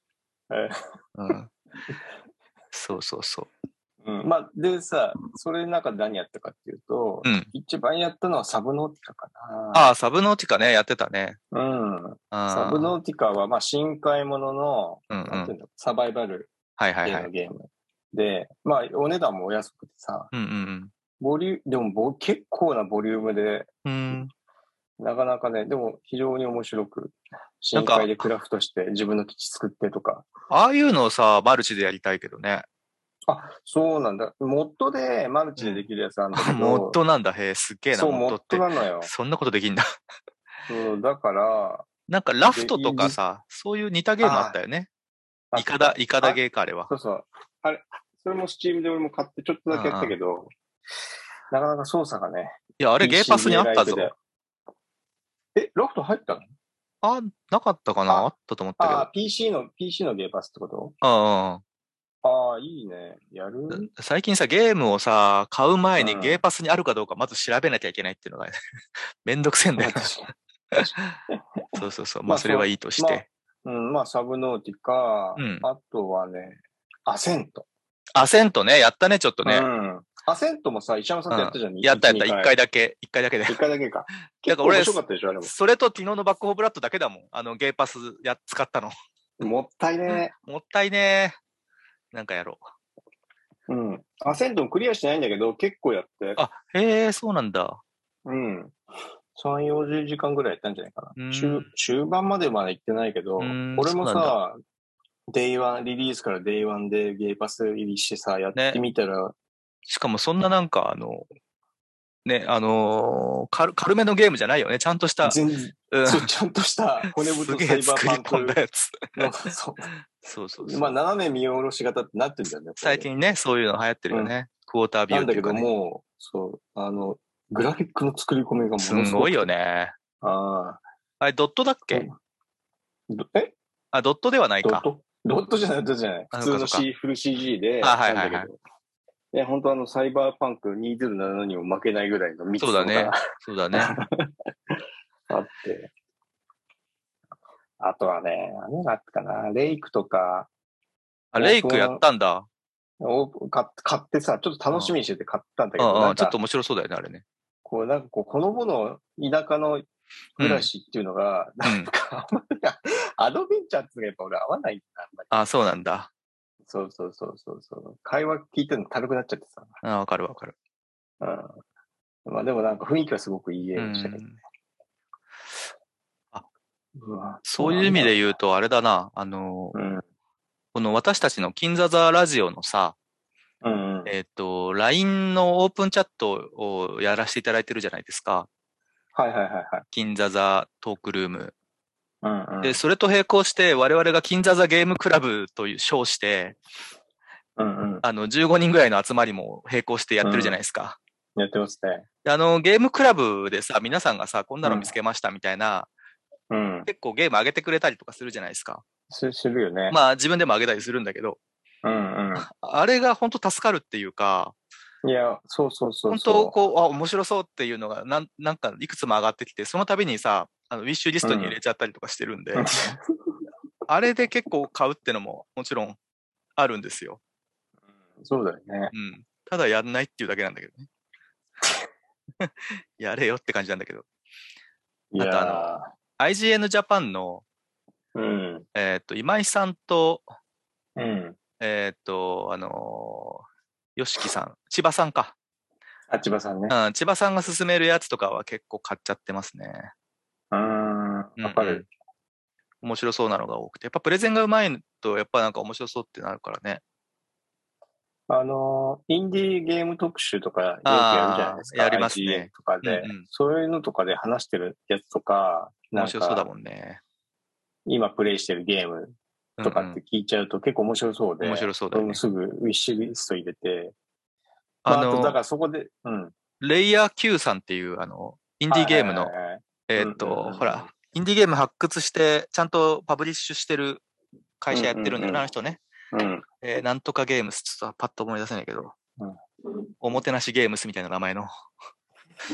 S2: え
S1: うん。そうそうそ
S2: うん。まあ、でさ、それの中で何やったかっていうと、 <laughs>
S1: う。うん。
S2: 一番やったのはサブノーティカかな。
S1: ああ、サブノーティカね、やってたね。
S2: あ。うん。
S1: サ
S2: サブノーティカは、まあ、深海ものの、
S1: うんう
S2: なんてい
S1: ん。
S2: うの、サバイバル
S1: はいはい
S2: 系
S1: はい
S2: の。ゲーム。で、まあ、お値段もお安くてさ、
S1: うんうん
S2: ボリュでもボ結構なボリュームで、
S1: うん。うん。
S2: なかなかね、でも非常に面白く、
S1: なん
S2: 深
S1: か
S2: 海でクラフトして自分の基地作ってとか。
S1: ああいうのをさ、マルチでやりたいけどね。
S2: あ、そうなんだ。モッドでマルチでできるやつあるんだけ
S1: あ
S2: ど。
S1: モッドなんだ。へえ、すっげえな、
S2: そう、
S1: モッ
S2: モ
S1: ド
S2: ッ
S1: っ
S2: ド
S1: て。
S2: なのよ。
S1: そんなことできんだ。 <laughs>
S2: そう、だから、
S1: なんかラフトとかさ、そういう似たゲームあったよね。
S2: あ
S1: イカダ、イカダ
S2: あ
S1: ゲーか、あれは。
S2: そうそう。あれ、それもスチームで俺も買ってちょっとだけやったけど、なかなか操作がね。
S1: いや、あれゲーパスにあったぞ
S2: PC。で。え、ラフト入ったの
S1: あ、なかったかな
S2: あ
S1: あったと思ったけど。
S2: ああ、PC の、PC のゲーパスってこと
S1: あ
S2: ああ、いいね。やる
S1: あ、最近さ、ゲームをさ、買う前
S2: う
S1: に
S2: ん
S1: ゲーパスにあるかどうかまず調べなきゃいけないっていうのが、 <laughs> めんどくせえんだよな。そうそうそう。ま
S2: まあ
S1: あ、それはいいとし
S2: まあ
S1: て。
S2: うん、まあ、サブノーティカ、
S1: うん
S2: あとはね、アセント。
S1: アセントね、やったね、ちょっと
S2: う
S1: ね。
S2: ん。アセントもさ、石山さんとやったじゃん。
S1: やったやった、
S2: 一
S1: 一
S2: 二
S1: 回だけ、一回だけで
S2: 一。回だけか。
S1: <laughs> だ
S2: 結
S1: から
S2: 構
S1: 俺
S2: 面白かったでしょ、あれ
S1: <laughs>
S2: も。
S1: それと昨日のバックホーブラッドだけだもん。あの、ゲーパスや、使ったの。
S2: もったいね
S1: もったいねー。なんかやろ
S2: え。うん。アセントもクリアしてないんだけど、結構やって
S1: う。。あ、へえ、そうなんだ。
S2: うん。3、40時間ぐらいやったんじゃないか
S1: うん
S2: な。中、中盤までまで行ってないけど、
S1: うん
S2: 俺も
S1: そう
S2: さ、デイワン、リリースからデイワンでゲイパス入りしてさ、やってみたら、
S1: しかもそんななんか、あの、ね、あのー軽、軽めのゲームじゃないよね。ちゃんとした、
S2: 全然、
S1: うん
S2: そうちゃんとした骨
S1: <laughs> す
S2: 太
S1: げ
S2: サ
S1: え
S2: イバ
S1: 作り
S2: ーパ
S1: 込ん
S2: ン
S1: だ
S2: ク
S1: やつ。
S2: の、
S1: そ
S2: そう
S1: うそうそう
S2: まあ、斜め見下ろし型ってなってるんだよね。これ
S1: 最近ね、そういうの流行ってるよね。クォータービュ
S2: な
S1: ー
S2: ん
S1: って
S2: だ
S1: いう
S2: け
S1: か
S2: ど
S1: ね、
S2: も、そう、あの、グラフィックの作り込みがもの
S1: す
S2: ごく
S1: ごいよ。ね。
S2: ああ。
S1: あれ、ドットだっけ、
S2: どえ
S1: あ、ドットではない
S2: ドッ
S1: か。
S2: トドットじゃない、ドットじゃない。
S1: あ
S2: 普
S1: そう
S2: 通
S1: か
S2: の
S1: そう
S2: C、フル CG で、
S1: あはいはいはい
S2: なんだけど。え、本当あの、サイバーパンク2077にも負けないぐらいの密
S1: そう
S2: 度
S1: だ
S2: が
S1: ね。そう
S2: <laughs>
S1: だね。
S2: あって。あとはね、何があったかな、レイクとか、
S1: あ、レイクやったんだ。
S2: を買っ買ってさ、ちょっと楽しみにしてて買ったんだけ
S1: う
S2: ど、
S1: ん
S2: な
S1: うんん。ちょ
S2: か
S1: っと面白そうだよね、あれね。
S2: こう、なんかこう、ほのぼの田舎の
S1: う
S2: 暮
S1: ん
S2: ら。しっていうのが、
S1: う
S2: なん
S1: ん。
S2: かあんまり、 <laughs> アドベンチャーっていうのがやっぱ俺合わないんだ、あんまり。
S1: あ、そうなんだ。
S2: そうそうそうそうそう。会話聞いてるの軽くなっちゃってさ。
S1: あわかるわかる。
S2: うん。まあでもなんか雰囲気はすごくいい映
S1: う
S2: 画でしたけど。
S1: ん。
S2: うわ
S1: そういう意味で言うと、あれだな。あの、
S2: うん。
S1: この私たちの金座座ラジオのさ、
S2: うんうん。
S1: えっ、と、LINE のオープンチャットをやらせていただいてるじゃないですか。
S2: はいはいはいはい。
S1: 金座座トークルーム。
S2: うんうん。
S1: で、それと並行して、我々が金座座ゲームクラブという称して、
S2: うんうん。
S1: あの、15人ぐらいの集まりも並行してやってるじゃないですか。
S2: やってますね。
S1: であの、ゲームクラブでさ、皆さんがさ、こんなの見つけましたみたいな、
S2: うん。
S1: 結構ゲーム上げてくれたりとかするじゃないですか。
S2: すするよね。
S1: まあ、自分でも上げたりするんだけど、
S2: うん
S1: あれが本当助かるっていうか、
S2: うん。いや、そうそうそう
S1: 本
S2: そう。
S1: 当こう、あ、面白そうっていうのが、なんなんか、いくつも上がってきて、その度にさ、あのウィッシュリストに入れちゃったりとかしてるんで、 <laughs> あれで結構買うってのも、もちろんあるんですよ。
S2: そうだよね。
S1: うん。ただやんないっていうだけなんだけどね。 <laughs> やれよって感じなんだけど。
S2: い
S1: あとあの
S2: や
S1: IGN ジャパンの、
S2: ーうん。
S1: えっ、と、今井さんと、
S2: うん。
S1: えっ、と、あのー、よしきさん、千葉さんか。
S2: あちばさんね。
S1: うん、千葉さんが勧めるやつとかは結構買っちゃってますね。
S2: うーん。わ
S1: うんうん
S2: かる。
S1: 面白そうなのが多くて。やっぱプレゼンがうまいと、やっぱなんか面白そうってなるからね。
S2: あの、インディーゲーム特集とかよくやるじゃないです
S1: あー
S2: か。
S1: やりますね
S2: IGN とかで、
S1: うんうん
S2: そういうのとかで話してるやつとか、な
S1: 面
S2: ん
S1: 白そうだ
S2: か、
S1: もんね。
S2: 今プレイしてるゲームとかって聞いちゃうと結構面白そうで、
S1: うんうん面白そうだよ
S2: 俺
S1: ね
S2: も。すぐウィッシュリスト入れて、まあ、
S1: あ
S2: あとだか
S1: の、
S2: らそこで、うん。
S1: レイヤー Q さんっていう、あの、インディーゲームの
S2: はい、はいはいはい
S1: え
S2: うん
S1: ー
S2: うん
S1: っと、
S2: うん
S1: ほら、インディーゲーム発掘して、ちゃんとパブリッシュしてる会社やってるんだよ
S2: うんうんうん
S1: な、あの人ね。
S2: うん。
S1: えーなんとかゲームス、ちょっとパッと思い出せないけど、
S2: うん
S1: おもてなしゲームスみたいな名前の。 <laughs>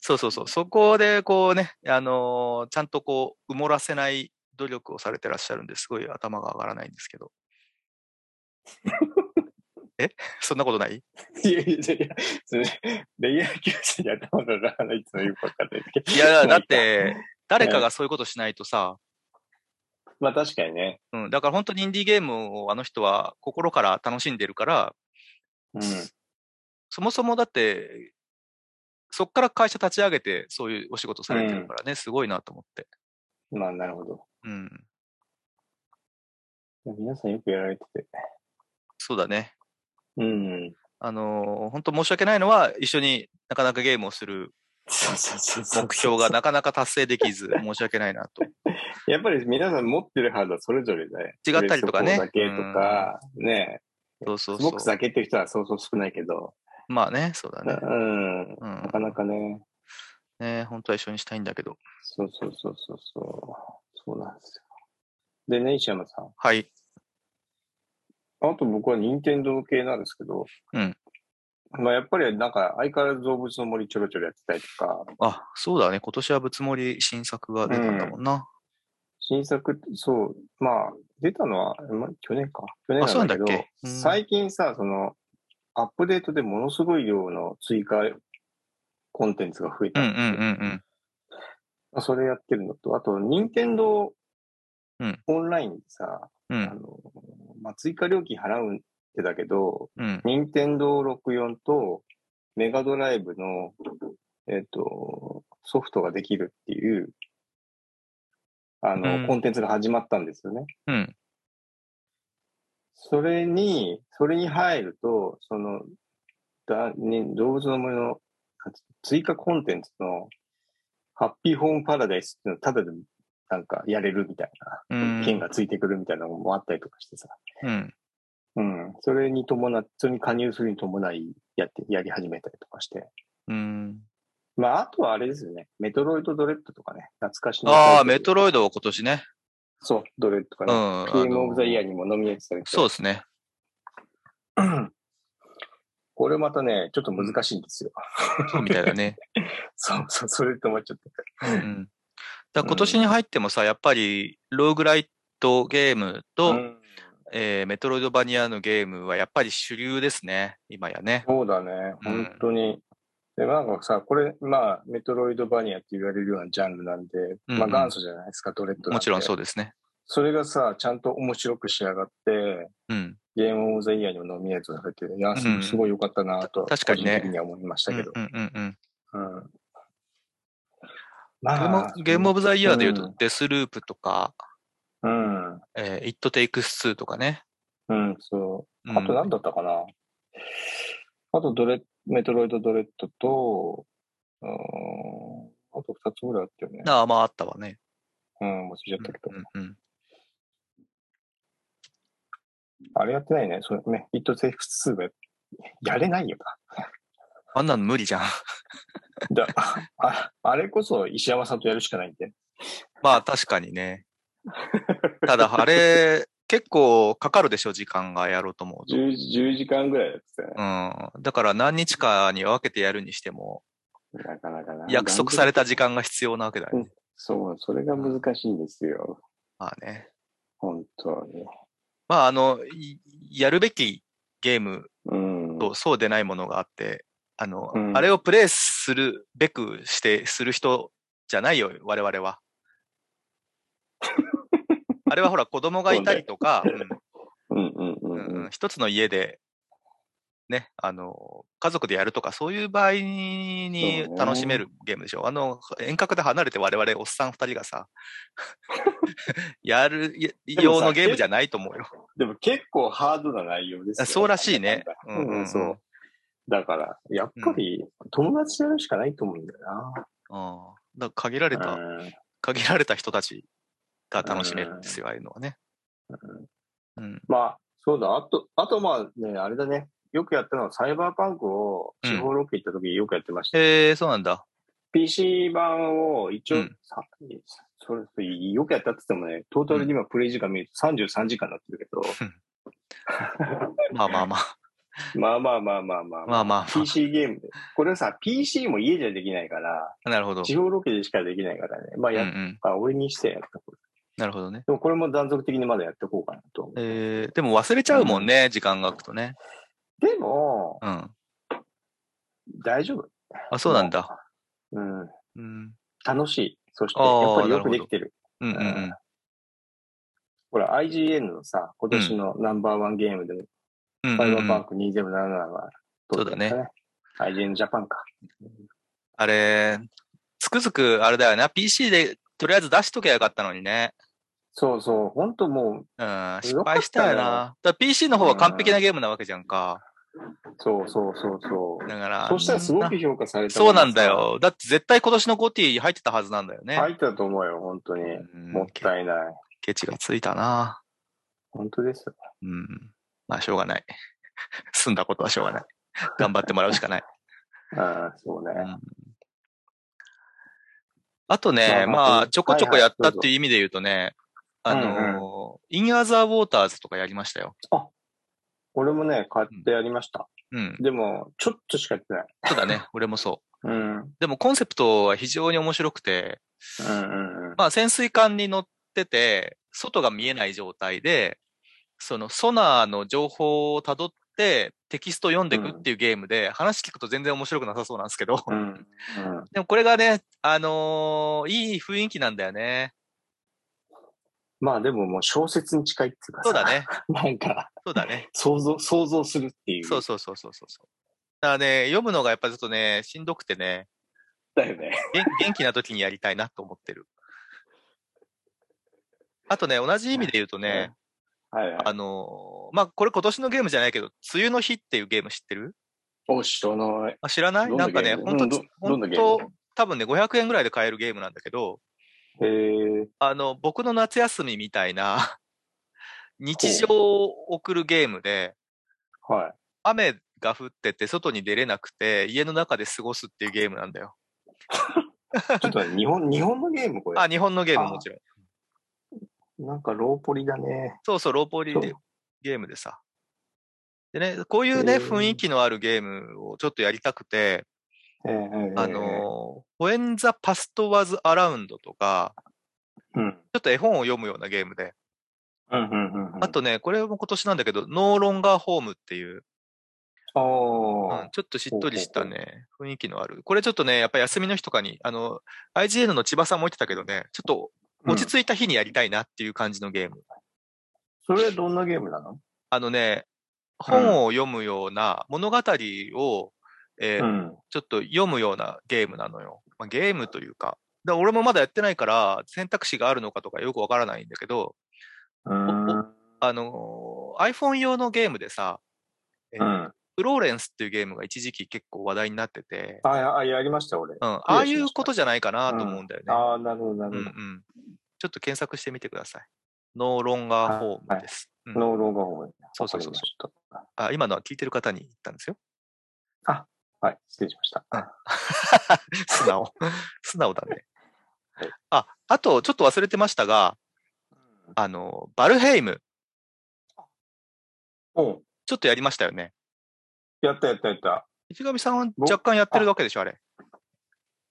S1: そうそうそう、そこでこうね、あのーちゃんとこう、埋もらせない努力をされてらっしゃるんですごい頭が上がらないんですけ
S2: <laughs>
S1: ど。えそんなことない
S2: いやいやいや、それ、レイヤー級者に頭が上がらないっていうのはよくわかんないけど
S1: いや、だっ、て、誰かがそういうことしないとさ、
S2: まあ確かにね。
S1: うん、だから本当にインディーゲームをあの人は心から楽しんでるから、
S2: うん。
S1: そもそもだって、そっから会社立ち上げて、そういうお仕事されてるからね、すごいなと思って。
S2: まあなるほど。
S1: うん。
S2: 皆さんよくやられてて。
S1: そうだね。
S2: うん。
S1: あのー本当申し訳ないのは、一緒になかなかゲームをする
S2: そうそうそうそう。
S1: 目標がなかなか達成できず、申し訳ないな
S2: <laughs>
S1: と。
S2: やっぱり皆さん持ってるハードはそれぞれで。
S1: 違ったりとかね
S2: そこだけとか、ね。
S1: そうそう
S2: す
S1: そ
S2: ごく
S1: う。
S2: 避けてる人はそうそう少ないけど。
S1: まあね、そうだ
S2: う
S1: ね。
S2: ん。
S1: う
S2: なんか。なかね。
S1: ね、本当は一緒にしたいんだけど。
S2: そうそうそうそうそう。そうなんですよ。でね、石山さん。
S1: はい。
S2: あと僕は任天堂系なんですけど。
S1: うん
S2: まあやっぱりなんか相変わらず動物の森ちょろちょろやってたりとか、
S1: あ、そうだね。今年はぶつもり新作が出たんだもんな。
S2: 新作って、そう、まあ出たのは、まあ、去年か。去年
S1: あそうな
S2: な
S1: んんだっ
S2: だけど、
S1: けうん
S2: 最近さ、その、アップデートでものすごい量の追加コンテンツが増え
S1: う
S2: た
S1: んうんん
S2: ですよ。
S1: うん
S2: それやってるのと、あと、任天堂
S1: うん
S2: オンラインでさ、
S1: うん。う
S2: あ
S1: ん
S2: のまあ、追加料金払うんってだけど、
S1: うん。
S2: 任天堂64とメガドライブの、えっとソフトができるっていうあ
S1: う
S2: の、
S1: ん
S2: コンテンツが始まったんですよね。
S1: うん。
S2: それに、それに入ると、その、だに動物の森の追加コンテンツの、ハッピーホームパラダイスっていうのをただでなんかやれるみたい
S1: うん
S2: な、券がついてくるみたいなのもあったりとかしてさ。
S1: うん。
S2: うん。それに伴っ、それに加入するに伴い、やって、やり始めたりとかして。
S1: うん。
S2: まあ、あとはあれですよね。メトロイドドレッドとかね。懐かしの
S1: ああ、メトロイドを今年ね。
S2: そう、ドレッドか
S1: うん。
S2: ね。
S1: あ
S2: ゲームオブザイヤ
S1: の
S2: ーにもノミネートされて。
S1: そうですね。
S2: <clears throat> これまたね、ちょっと難しいんですよ。
S1: そうみたいだね。
S2: <laughs> そうそう、それともちょっと。
S1: うん。だから今年に入ってもさ、やっぱり、ローグライトゲームと、
S2: うん
S1: えーメトロイドバニアのゲームはやっぱり主流ですね、今やね。
S2: そうだね、
S1: うん
S2: 本当に。で、なんかさ、これ、まあ、メトロイドバニアって言われるようなジャンルなんで、
S1: うん
S2: まあ、元祖じゃないですか、ドレッド。
S1: もちろんそううですね。
S2: それがさ、ちゃんと面白く仕上がって、
S1: うん。
S2: ゲームオブザイヤーにもノミネートされて、いや、
S1: うん
S2: すごい良かったなと、
S1: 確かにね
S2: 個人的には思いまし
S1: う
S2: た
S1: ん
S2: けど。
S1: うんうんうん。
S2: うん。
S1: ゲー
S2: まあ
S1: ムゲームオブザイヤーで言う
S2: う
S1: と
S2: ん、
S1: デスループとか、
S2: うん。
S1: えー、It Takes Two とかね。
S2: うん、そう。
S1: うん
S2: あと何だったかな、あとドレッメトロイドドレッドと、うーん、あと2つぐらいあったよね。
S1: ああ、まああったわね。
S2: うん、忘れちゃっ
S1: う
S2: たけど。
S1: んうんうん。
S2: あれやってないね。そうね。ヒットセーフ2がやれないよ <laughs>
S1: あんなの無理じゃん。
S2: な。だああれこそ石山さんとやるしかないんで。
S1: まあ確かにね。ただ、あれ、結構かかるでしょ、時間がやろうと思うと。
S2: 10, 10時間ぐらいやってたよ
S1: うん。だから何日かに分けてやるにしても、
S2: ね。なかなかな。
S1: 約束された時間が必要なわけだよね。
S2: そう、それが難しいんですよ。
S1: まあね。
S2: 本当に。
S1: まあ、あの、いやるべきゲーム
S2: うん。
S1: とそうでないものがあって、あの、
S2: うん
S1: あれをプレイするべくして、する人じゃないよ、我々
S2: <laughs>
S1: は。あれはほら、子供がいたりとか、
S2: うんうんう
S1: うんん
S2: うん
S1: うん一つの家で、ね、あの、家族でやるとか、そういう場合に
S2: そうね
S1: 楽しめるゲームでしょ。あの、遠隔で離れて我々、おっさん二人がさ、 <laughs> やるや
S2: でも
S1: 用
S2: さ
S1: のゲームじゃないと思うよ。
S2: でも結構ハードな内容ですよ
S1: あそうらしいね
S2: なんだかん
S1: うんうん
S2: だ
S1: うん
S2: うん、そう。だから、やっぱり友達とやるしかないと思うんだよな。
S1: ああ、だから限られた、
S2: うん
S1: 限られた人たちが楽しめるんですよ、ああいうのはね。うん、
S2: まあ、そうだ。あと、あとまあね、あれだね。よくやったのはサイバーパンクを地方ロケ行った時によくやってました。
S1: へえ、そうなんだ。 <laughs>
S2: PC 版を一応、
S1: うん
S2: さそれよくやったって言ってもね、トータルに今プレイ時間見ると33時間になってるけど、
S1: まあまあまあ。
S2: まあまあまあまあまあ、
S1: まあ
S2: <laughs>
S1: まあま
S2: PC ゲームで。これさ、PC も家じゃできないから、
S1: あ。なるほど。
S2: 地方ロケでしかできないからね。まあ
S1: うんう
S2: やっ
S1: ん。
S2: あ俺にしてやったこと
S1: なるほどね。
S2: でもこれも断続的にまだやっていこうかなと思う。
S1: えー、でも忘れちゃうもんね、時間が空くとね。
S2: でも、
S1: うん。
S2: 大丈夫。
S1: あ、そうなんだ。
S2: うん。
S1: うん。
S2: 楽しい。そして、
S1: あー
S2: やっぱり
S1: な
S2: よ
S1: るほ
S2: く
S1: ど
S2: できてる。
S1: うんうんうん。
S2: ほら、IGN のさ、今年のナンバーワンゲームで、
S1: うん
S2: ファイ
S1: う
S2: バー
S1: んう
S2: パン
S1: ん、
S2: ク2077は、
S1: そう。
S2: IGN ジャパンか。
S1: あれ、つくづくあれだよな、PC でとりあえず出しとけばよかったのにね。
S2: そうそう、本当も
S1: うん、
S2: す
S1: 失
S2: ごかったよ
S1: 敗したよな。だから PC の方は完璧なゲームなわけじゃんか。
S2: う、そうそうそうそう。
S1: だから。
S2: そしたらすごく評価された。
S1: そうなんだ。よ。だって絶対今年のゴティ入ってたはずなんだよね。
S2: 入ったと思うよ、本当に。
S1: うん
S2: もったいない。
S1: ケチがついたな。
S2: 本当ですよ。
S1: うん。まあ、しょうがない。 <laughs> 済んだことはしょうがない。頑張ってもらうしかない。
S2: ああ、そうね。
S1: あとね、
S2: まあま
S1: ま
S2: あ
S1: あ、ちょこちょこやったっ
S2: はいはいどうぞ
S1: ていう意味で言うとね、あのー、インアザーウォーターズとかやりましたよ。
S2: 俺もね、買ってやりました。
S1: うん。
S2: でも、ちょっとしかやってない。
S1: そうだ
S2: <laughs>
S1: ね。俺もそう。
S2: うん。うん
S1: でもコンセプトは非常に面白くて、
S2: うんうん。
S1: まあ、潜水艦に乗ってて、外が見えない状態で、そのソナーの情報をたどって、テキストを読んでいくっていうゲームで、話聞くと全然面白くなさそうなんですけど、
S2: うん。
S1: でもこれがね、あのーいい雰囲気なんだよね。
S2: まあでももう小説に近いっていうかさ
S1: そうだ。ね。
S2: <laughs> なんか、
S1: そうだね。
S2: 想像、想像するっていう。
S1: そうそうそうそうそうそう。だからね、読むのがやっぱちょっとね、しんどくてね、
S2: だよね。
S1: 元元気な時にやりたいなと思ってる。あとね、同じ意味で言うとね、
S2: はいはい。
S1: あのーまあ、これ今年のゲームじゃないけど、梅雨の日っていうゲーム知ってる
S2: お、知らない。
S1: あ知らない
S2: どん
S1: な
S2: なん
S1: かね、
S2: ゲー
S1: 本
S2: ム
S1: 当、
S2: うんどどんな
S1: 本
S2: ゲーム
S1: 当、多分ね、500円ぐらいで買えるゲームなんだけど、
S2: へえ。
S1: あの、僕の夏休みみたいな <laughs> 日常を送るゲームで、
S2: はい。
S1: <laughs> 雨が降ってて外に出れなくて、家の中で過ごすっていうゲームなんだよ。
S2: ちょっと待って日本、日本のゲームこれ
S1: あ、。日本のゲームもちろん。
S2: なんかローポリだね。
S1: そうそう、ローポリ
S2: そう
S1: でゲームでさ。でね、こういうね、
S2: へー
S1: 雰囲気のあるゲームをちょっとやりたくて、
S2: ええええ
S1: あの、ホエンザ・パスト・ワズ・アラウンドとか、
S2: うん。
S1: ちょっと絵本を読むようなゲームで、
S2: うんうんうんうん。
S1: あ、とね、これも今年なんだけど、ノーロンガー・ホームっていう、う
S2: お
S1: ん
S2: ー。
S1: ちょっとしっとりしたね、雰囲気のある。これちょっとね、やっぱ休みの日とかに、あの、IGN の千葉さんも言ってたけどね、ちょっと落ち着いた日にやりたいなっていう感じのゲーム。
S2: それはどんなゲームなの
S1: あのね、本を読むような物語を、えー
S2: ん。
S1: ちょっと読むようなゲームなのよ。まあ、ゲームというか。だから俺もまだやってないから、選択肢があるのかとかよくわからないんだけど、
S2: うん。
S1: あのー iPhone 用のゲームでさ、え
S2: う
S1: ー
S2: ん。
S1: フローレンスっていうゲームが一時期結構話題になってて、
S2: あ、やあやりました、俺。
S1: うん、ああいうことじゃないかなと思うんだよね。
S2: ああ、なるほど、な
S1: うんう
S2: るほ
S1: ん、ちょっと検索してみてください。ノーロンガーホームです。うん
S2: ど。ノーローガホーム。
S1: そうそうそう
S2: そう。
S1: あ今のは聞いてる方に言ったんですよ。
S2: はい、失礼しました。
S1: 素直。 <laughs> 素直だね
S2: はい。
S1: あ、あと、ちょっと忘れてましたが、あの、バルヘイム、
S2: おう
S1: ちょっとやりましたよね。
S2: やったやったやった。
S1: 市上さんは
S2: 僕
S1: 若干やってるわけでしょ、あれ。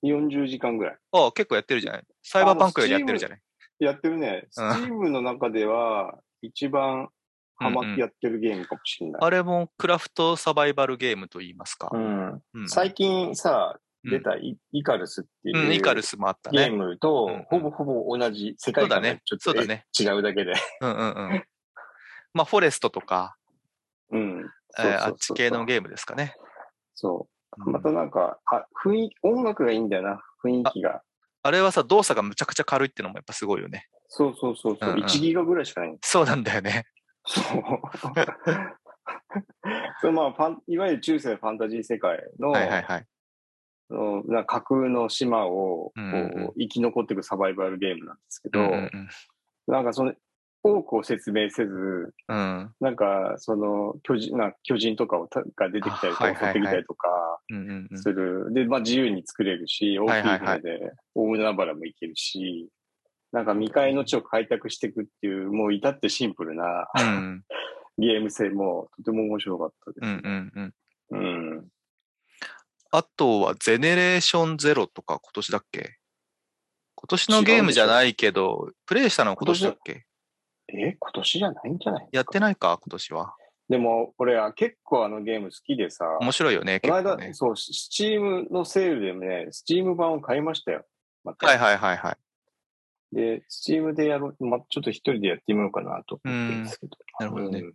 S2: 40時間ぐらい。
S1: あ結構やってるじゃない。サイバーパンクよりやってるじゃない。
S2: やってるね。スチームの中では、一番ハマってやってるゲームかもしれない。
S1: あれもクラフトサバイバルゲームと言いますか
S2: う。ん。
S1: うん
S2: 最近さ、
S1: うん
S2: 出たイイカルスっていうう。
S1: ん、イカルスもあった
S2: ゲ
S1: ね
S2: ー。ムと
S1: うん、
S2: ほぼほぼ同じ
S1: そ
S2: 世界
S1: うだ
S2: 観
S1: ね
S2: がちょっ。
S1: そ
S2: と
S1: うだね。
S2: 違うだけで。
S1: うんうんうん。まあ、フォレストとか、
S2: うん。
S1: え
S2: そうそうそう
S1: ーあっち系のゲームですかね。
S2: そうう。
S1: ん
S2: またなんか、あ雰囲気、音楽がいいんだよな、雰囲気が。
S1: あれはさ、動作がむちゃくちゃ軽いってのもやっぱすごいよね。
S2: そうそうそうそう、
S1: うんうん
S2: 1ギガぐらいしかない。
S1: そうなんだよね。
S2: そう。そ
S1: <laughs>
S2: れまあファン、いわゆる中世ファンタジー世界の、
S1: はいはいはい。
S2: そのなんか架空の島をこう、
S1: うんうんうん
S2: 生き残っていくサバイバルゲームなんですけ
S1: う
S2: ど、
S1: んうん
S2: なんかその、多くを説明せず、
S1: うん。うん
S2: なんか、その、巨人、なんか巨人とかをたが出てきたりと
S1: あはいはいは
S2: か、
S1: い
S2: 襲ってきたりとか
S1: うんうんうん
S2: する。で、まあ自由に作れるし、大きい
S1: はいは
S2: 船
S1: い
S2: で大海原も行けるし、なんか未開の地を開拓していくっていう、もう至ってシンプルな
S1: うん
S2: ゲーム性もとても面白かった
S1: う
S2: です。
S1: んうんうん。
S2: うん。
S1: あとは、ゼネレーションゼロとか今年だっけ今年のゲームじゃないけど、プレイしたのは今年だっけ
S2: え、今年じゃないんじゃない
S1: やってないか今年は。
S2: でも、俺、あ結構あのゲーム好きでさ、
S1: 面白いよね、
S2: こ
S1: 結
S2: の
S1: 構
S2: 間、
S1: ね。
S2: そう、スチームのセールでもね、スチーム版を買いましたよ。また
S1: はいはいはいはい。
S2: で、スチームでやろう、ま、ちょっと一人でやってみようかなと思ってるんですけど。
S1: なるほどね
S2: うん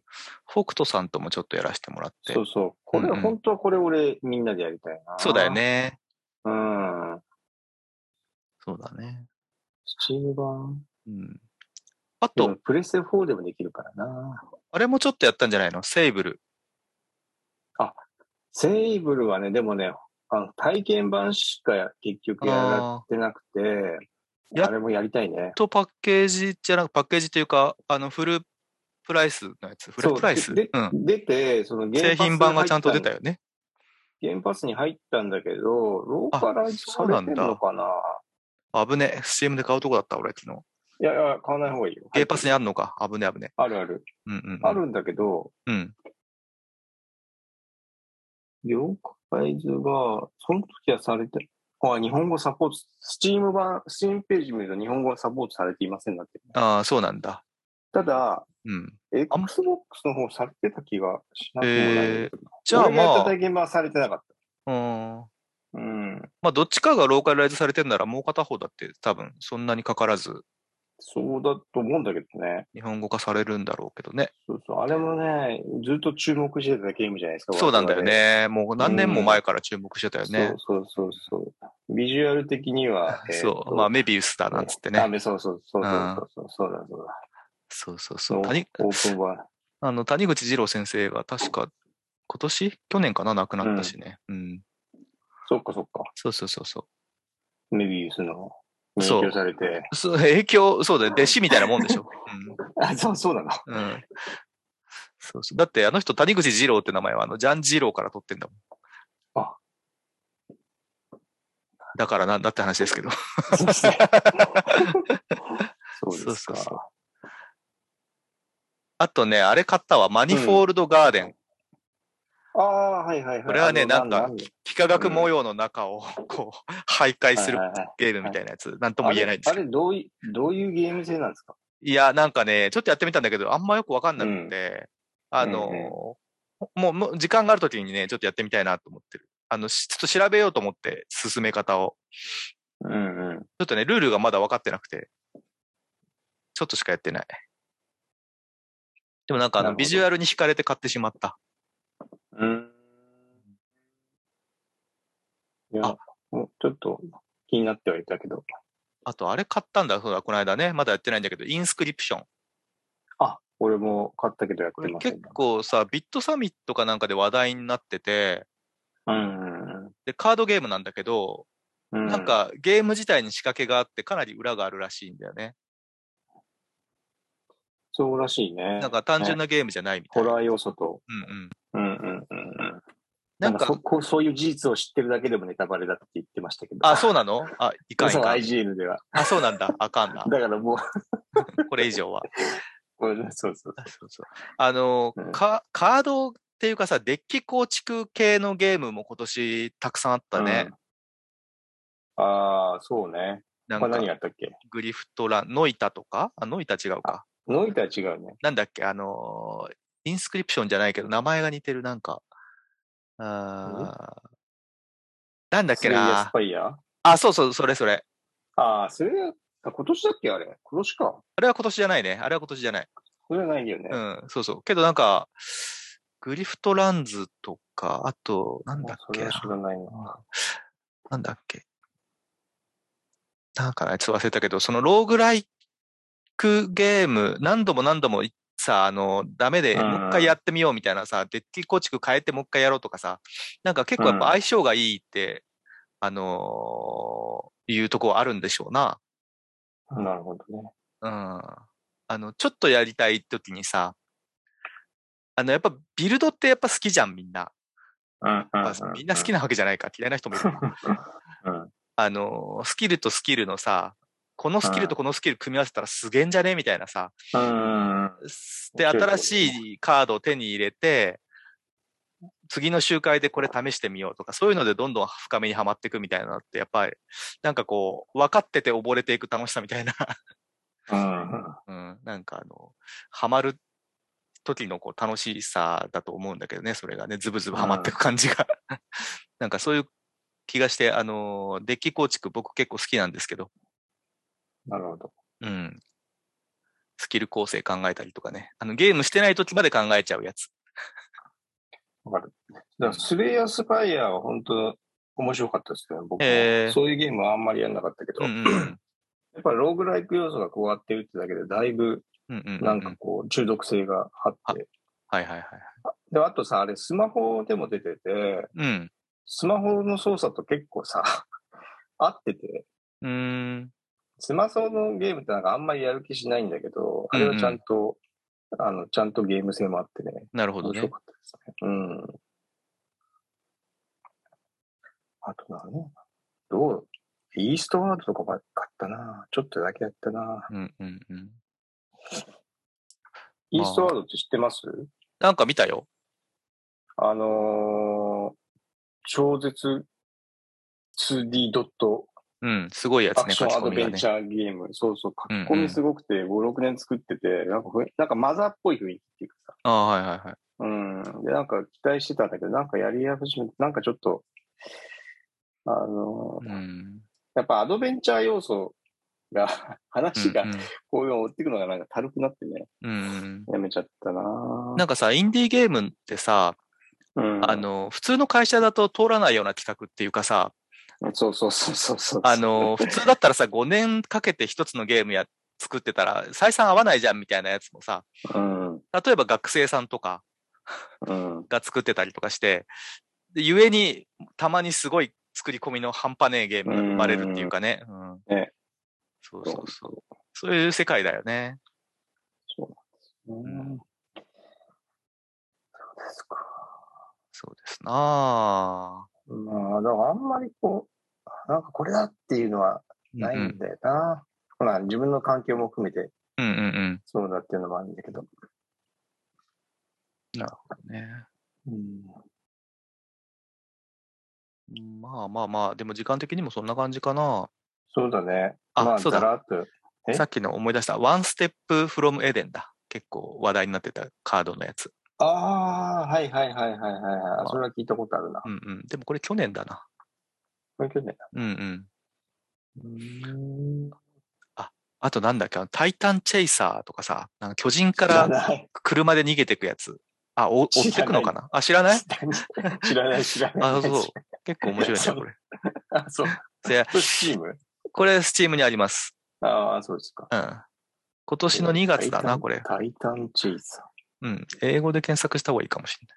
S1: 北斗さんともちょっとやらせてもらって
S2: そ。うそう。これ、
S1: うんうん
S2: 本当はこれ俺、みんなでやりたいな。
S1: そうだよ。ね。
S2: うん。
S1: そうだね。
S2: スチーム版。
S1: うん。あ
S2: で
S1: と
S2: も、プレステ4でもできるからな。
S1: あれもちょっとやったんじゃないのセイブル。
S2: セーブルはね、でもね、あの体験版しか結局やられてなくて、
S1: あー
S2: あれもやりたいね。
S1: とパッケージじゃなく、パッケージというか、あの、フルプライスのやつ。フル
S2: そう
S1: プライス。
S2: で
S1: うん。
S2: 出て、そのゲーム
S1: 製品版がちゃんと出た
S2: よ。
S1: よね。
S2: ゲームパスに入ったんだけど、ローカライズ
S1: あ
S2: さ
S1: そう
S2: れ
S1: な
S2: て
S1: んだ
S2: るのかな
S1: 危ねえ。CM で買うとこだった、俺昨日。
S2: いやいや、買わない方がいいよ。
S1: ゲーパスにあるのか。危ねえ危ねえ。
S2: あるある。
S1: うんうん、うん。
S2: あるんだけど、
S1: うん。
S2: ローカライズが、その時はされて、あ、日本語サポート、スチーム版、スチームページ見ると日本語はサポートされていませんなってる。
S1: ああ、そうなんだ。
S2: ただ、
S1: うん。
S2: Xbox の方されてた気がしなくもないんだけど。
S1: じゃあ
S2: 俺がやった
S1: まあ、
S2: 体験版はされてなかった。
S1: うん。
S2: うん。
S1: まあ、どっちかがローカライズされてるなら、もう片方だって多分そんなにかからず、
S2: そうだと思うんだけどね。
S1: 日本語化されるんだろうけどね。
S2: そうそう。あれもね、ずっと注目してたゲームじゃないですか。
S1: そうなんだよ
S2: 我々。
S1: ね。もう何年も前から注目してたよね。
S2: そうそうそうそう。ビジュアル的には、えー
S1: <laughs> そ
S2: と
S1: う、まあ、メビウスだなんつって
S2: あ
S1: ね。
S2: めそうそうそうそうそうそうそうだそうだ。
S1: そうそう
S2: そ
S1: そうう。谷
S2: オープンバ
S1: あの谷口二郎先生が確か今年去年かな亡くなったしね。うん。
S2: ー。そっかそっか。
S1: そうそうそうそ
S2: メビウスの影
S1: そう
S2: 響されて。
S1: う。 <laughs> そう影響、そうだよ。弟子みたいなもんでしょ。
S2: あ、そう、そうな
S1: <laughs>
S2: の。
S1: うん。うん。そうそう。だってあの人、谷口二郎って名前はあの、ジャン二郎から取ってんだもん。
S2: あ
S1: だからなんだって話ですけど。 <laughs>
S2: そうですねそうです
S1: そうそう
S2: か。
S1: そあとね、あれ買ったわ。マニフォールドガーデン。
S2: ああ、はいはいはい。
S1: これはね
S2: あの
S1: なんか
S2: だ
S1: 幾何学模様の中を、こう、徘徊する
S2: はいはいはい
S1: ゲームみたいなやつ。なんとも言えないんです
S2: あ
S1: け
S2: れ、あ
S1: ど。
S2: れどうい、どういうゲーム性なんですか
S1: いや、なんかね、ちょっとやってみたんだけど、あんまよくわかんなくて、
S2: ん
S1: あの、
S2: うんうん
S1: もう、もう時間があるときにね、ちょっとやってみたいなと思ってる。あの、しちょっと調べようと思って、進め方を。
S2: うんうん。
S1: ちょっとね、ルールがまだ分かってなくて、ちょっとしかやってない。でもなんかあ
S2: なる
S1: の、
S2: ほど
S1: ビジュアルに惹かれて買ってしまった。
S2: うん。いや
S1: あ、
S2: もうちょっと気になってはいたけど。
S1: あと、あれ買ったんだ、そうだ、この間ね。まだやってないんだけど、インスクリプション。
S2: あ、俺も買ったけどやっ
S1: こ
S2: て
S1: れ
S2: ませ
S1: 結
S2: ん。
S1: 構さ、ビットサミットかなんかで話題になってて、
S2: うんうん
S1: で、カードゲームなんだけど、
S2: うん。
S1: なん、かゲーム自体に仕掛けがあって、かなり裏があるらしいんだよね。
S2: そうらしいね。
S1: なんか単純なゲームじゃないみた
S2: ホ
S1: いな。
S2: ラー要素と。
S1: うんうん。
S2: うんうんうんうん。
S1: な
S2: なんんかそ
S1: か、
S2: こ、そういう事実を知ってるだけでもネタバレだって言ってましたけど。
S1: あ、そうなのあ、いかんい
S2: そう、
S1: かん。
S2: IGN では。
S1: あ、そうなんだ。あかんな。
S2: だからもう、
S1: これ以
S2: <laughs>
S1: 上は。
S2: これそうそう
S1: あそうそう。あの、
S2: うん
S1: かカードっていうかさ、デッキ構築系のゲームも今年たくさんあったね。
S2: うんああ、そうね。
S1: なん
S2: まあ、
S1: か、
S2: 何やったっけ
S1: グリフトラン、ノイタとかあ、ノイタ違うか。
S2: ノイタは違うね。
S1: なんだっけ、あのーインスクリプションじゃないけど、名前が似てる、なんか。あーなんだっ
S2: ス
S1: け
S2: レイヤース
S1: な。
S2: パイヤー
S1: あ、そうそう、それそれ。
S2: ああ、それは、あ今年だっけあれ。今年か。
S1: あれは今年じゃないね。あれは今年じゃない。
S2: それはないよね。
S1: うん、そうそう。けどなんか、グリフトランズとか、あと、なんだっ
S2: あそ
S1: け
S2: れ
S1: な
S2: は。知らないな。
S1: なんだっけ。なんかね、ちょっと忘れたけど、そのローグライクゲーム、何度も何度もさ、あの、ダメで、
S2: うん
S1: もう一回やってみようみたいなさ、デッキ構築変えてもう一回やろうとかさ、なんか結構やっぱ
S2: うん
S1: 相性がいいって、あのーいうとこはあるんでしょうな。
S2: なるほどね。
S1: うん。あの、ちょっとやりたい時にさ、あの、やっぱビルドってやっぱ好きじゃん、みんな。
S2: うん
S1: まあみんな好きなわけじゃないか、嫌いな人も
S2: <laughs>
S1: いるから。
S2: うん
S1: あの、スキルとスキルのさ、このスキルとこのスキル組み合わせたらすげえんじゃねみたいなさ。
S2: うん。
S1: すで、
S2: 面白
S1: 新
S2: い
S1: しいカードを手に入れて、次の集会でこれ試してみようとか、そういうのでどんどん深めにはまっていくみたいなのって、やっぱり、なんかこう、分かってて溺れていく楽しさみたいな、
S2: うん。
S1: うん、なんかあの、ハマる時のこう楽しさだと思うんだけどね、それがね、ズブズブハマっていく感じが。なんかそういう気がして、あの、デッキ構築僕結構好きなんですけど、
S2: なるほど。
S1: うん。スキル構成考えたりとかね。あの、ゲームしてない時まで考えちゃうやつ。
S2: わかる。だからスレイヤースパイヤーは本当面白かったですね。僕も、
S1: へー
S2: そういうゲームはあんまりやんなかったけど、
S1: うんうんうん。
S2: やっぱりローグライク要素が加わってるってだけで、だいぶ
S1: うんうんうん。
S2: なんかこう中毒性があって。
S1: はいはいはい。
S2: で、あとさ、あれスマホでも出てて、
S1: うん。
S2: スマホの操作と結構さ、 <laughs> 合ってて、
S1: うーん。
S2: スマホのゲームってなんかあんまりやる気しないんだけど、あ
S1: うんうん
S2: れはちゃんと、あの、ちゃんとゲーム性もあってね、
S1: なるほど
S2: 面白
S1: ね。
S2: かったですね。うん。あと何どうイーストワールドとかばっかったな。ちょっとだけやったな。
S1: うんうんうん。
S2: イーストワールドって知ってます
S1: なんか見たよ。
S2: あのー、超絶 2D ドット
S1: うん。すごいやつ
S2: ア
S1: ね、
S2: クションア
S1: 勝ち込み
S2: ドベ
S1: が
S2: ン
S1: ね
S2: チ。ャーゲーム。そうそう、
S1: うんうん
S2: 書き込みすごくて、5、6年作ってて、なんかふ、なんかマザーっぽい雰囲気っていうかさ。
S1: ああ、はいはいはい。
S2: うん。で、なんか期待してたんだけど、なんかやり始めて、なんかちょっと、あの
S1: う
S2: ー
S1: ん。
S2: やっぱアドベンチャー要素が、 <laughs> 話が
S1: うんうん
S2: こういうのを追っていくのがなんか軽くなってね、
S1: うん
S2: やめちゃったなぁ
S1: なんかさ、インディーゲームってさ、
S2: うん。
S1: あの、普通の会社だと通らないような企画っていうかさ、
S2: そうそうそうそうそう。
S1: あの、 <laughs> 普通だったらさ、5年かけて一つのゲームや作ってたら、採算合わないじゃんみたいなやつもさ、
S2: うん、
S1: 例えば学生さんとか
S2: うん、
S1: が作ってたりとかして、で故に、たまにすごい作り込みの半端ねえゲームが生まれるっていうかね。うん
S2: ね
S1: そうそうそう。そういう世界だよね。
S2: そうなんですね。そうですか。
S1: そうですなあ
S2: まあ、だからあんまりこう、なんかこれだっていうのはないんだよな。まあ、自分の環境も含めて
S1: うんうんうん
S2: そうだっていうのもあるんだけど。
S1: うん。ね
S2: うん、
S1: まあまあまあ、でも時間的にもそんな感じかな。
S2: そうだね。
S1: あ
S2: まあ、
S1: そうだ
S2: らっと。え
S1: さっきの思い出した、ワンステップフロムエデンだ。結構話題になってたカードのやつ。
S2: ああー、はいはいはいはいはい、は
S1: あ
S2: い。それは聞いたことあるな。
S1: うんうん。でもこれ去年だな。
S2: これ去年だ
S1: うんうん。
S2: うん。
S1: あとなんだっけ、あのタイタンチェイサーとかさ、なんか巨人から
S2: ない。
S1: 車で逃げてくやつ。あ、お追ってくのかなあ、知らない
S2: 知らない知らない。
S1: あ、そう。結構面白いんだよ、これ。
S2: <laughs> あ、そう。
S1: で
S2: これチーム
S1: これ、スチームにあります。
S2: ああ、そうですか。
S1: うん。今年の2月だ
S2: タイタ
S1: な、
S2: ン
S1: これ。
S2: タイタンチェイサ
S1: うん。英語で検索した方がいいかもしれ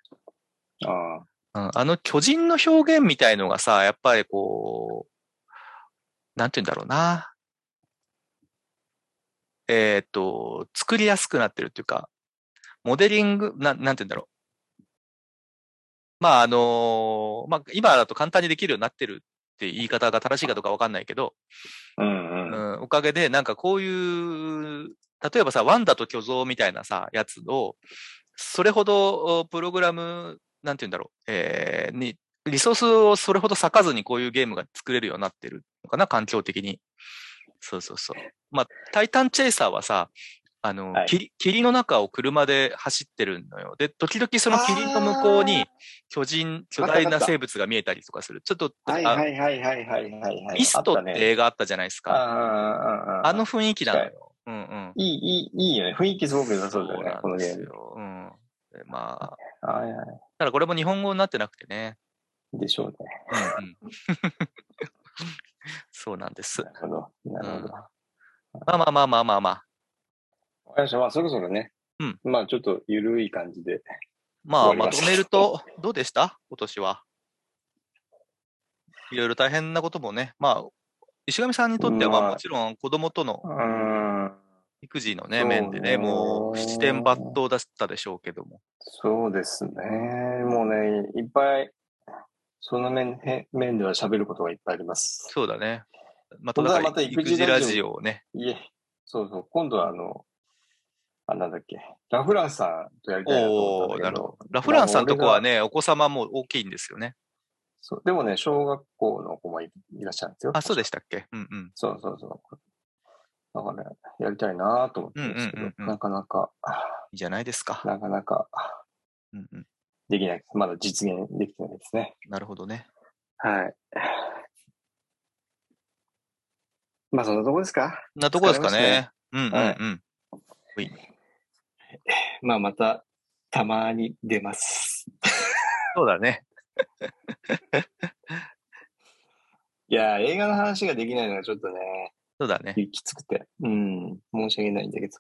S2: ー。あ
S1: ない。うん。あの巨人の表現みたいのがさ、やっぱりこう、なんて言うんだろうな。えーっと、作りやすくなってるっていうか、モデリング、ななんて言うんだろう。まあ、あのまあ、今だと簡単にできるようになってるって言い方が正しいかどうかわかんないけど、
S2: あ。うんうん。
S1: うん、おかげで、なんかこういう、例えばさ、ワンダと巨像みたいなさ、やつを、それほどおプログラム、なんて言うんだろう、えーに、リソースをそれほど割かずにこういうゲームが作れるようになってるのかな、環境的に。そうそうそう。まあ、タイタンチェイサーはさ、あの、
S2: はい
S1: 霧霧の中を車で走ってるのよ。で、時々その霧の向こうに巨人、巨大な生物が見えたりとかする。ちょっと、
S2: はい
S1: あ
S2: はいはいはいはいはいはい。
S1: ミスト
S2: あ
S1: ったて
S2: ね
S1: 映画あったじゃないですか。
S2: あ
S1: あ
S2: あ
S1: の
S2: の、
S1: 雰囲気なのよ。うんうん。
S2: いい、いい、いいよね。雰囲気すごく良さそうだよね、こ
S1: そうな
S2: の
S1: んで
S2: ゲー
S1: す
S2: ム。
S1: よ。うん。でまあ、
S2: はいは
S1: ただこれも日本語になってなくてね。
S2: い。でしょうね。
S1: うん <laughs> うん、そうなんです。
S2: なるほど。なるほど。
S1: まあまあまあまあまあまあ。
S2: わかりました。まあ、そろそろね。
S1: うん
S2: まあ、ちょっとゆるい感じで。
S1: まあ、
S2: 終わ
S1: ま
S2: りました
S1: とめると、どうでした今年は。いろいろ大変なこともね。まあ、石上さんにとっては、まあ
S2: まあ
S1: もちろん子供との
S2: うん。
S1: 育児のね、
S2: そうね
S1: 面でね、もう七点抜刀だったでしょうけども。
S2: そうですね。もうね、いっぱい、その面、へ面では喋ることがいっぱいあります。
S1: そうだね。また、
S2: 今度は
S1: だから
S2: また育
S1: 育
S2: 児
S1: 児ラ
S2: ラジ
S1: ジオをね。
S2: いえ、そうそう。今度はあの、あ、なんだっけ。ラフランスさんとやりたいなと思
S1: お
S2: った
S1: お
S2: ん
S1: ー
S2: だ
S1: な
S2: け
S1: るほ
S2: ど
S1: ど。。ラフランスさんとこはね、お子様も大きいんですよね。
S2: そうでもね、小学校の子もいいらっしゃるんですよ。
S1: あ、そうでしたっけうんうん。
S2: そうそうそう。だから、ね、やりたいなと思ってるんですけど、
S1: うんうんうんうん
S2: なかなか、
S1: いいじゃないですか。
S2: なかなか
S1: うんうん。
S2: できないです。まだ実現できてないですね。
S1: なるほどね。
S2: はい。まあ、そんなとこですか。
S1: なとこですか
S2: 疲れ
S1: ね。うんうん
S2: はい
S1: うん。
S2: まあ、また、たまに出ます。
S1: そうだね。
S2: いやー、映画の話ができないのがちょっとね、
S1: そうだね。
S2: きつくて。うん、申し訳ないんだけど。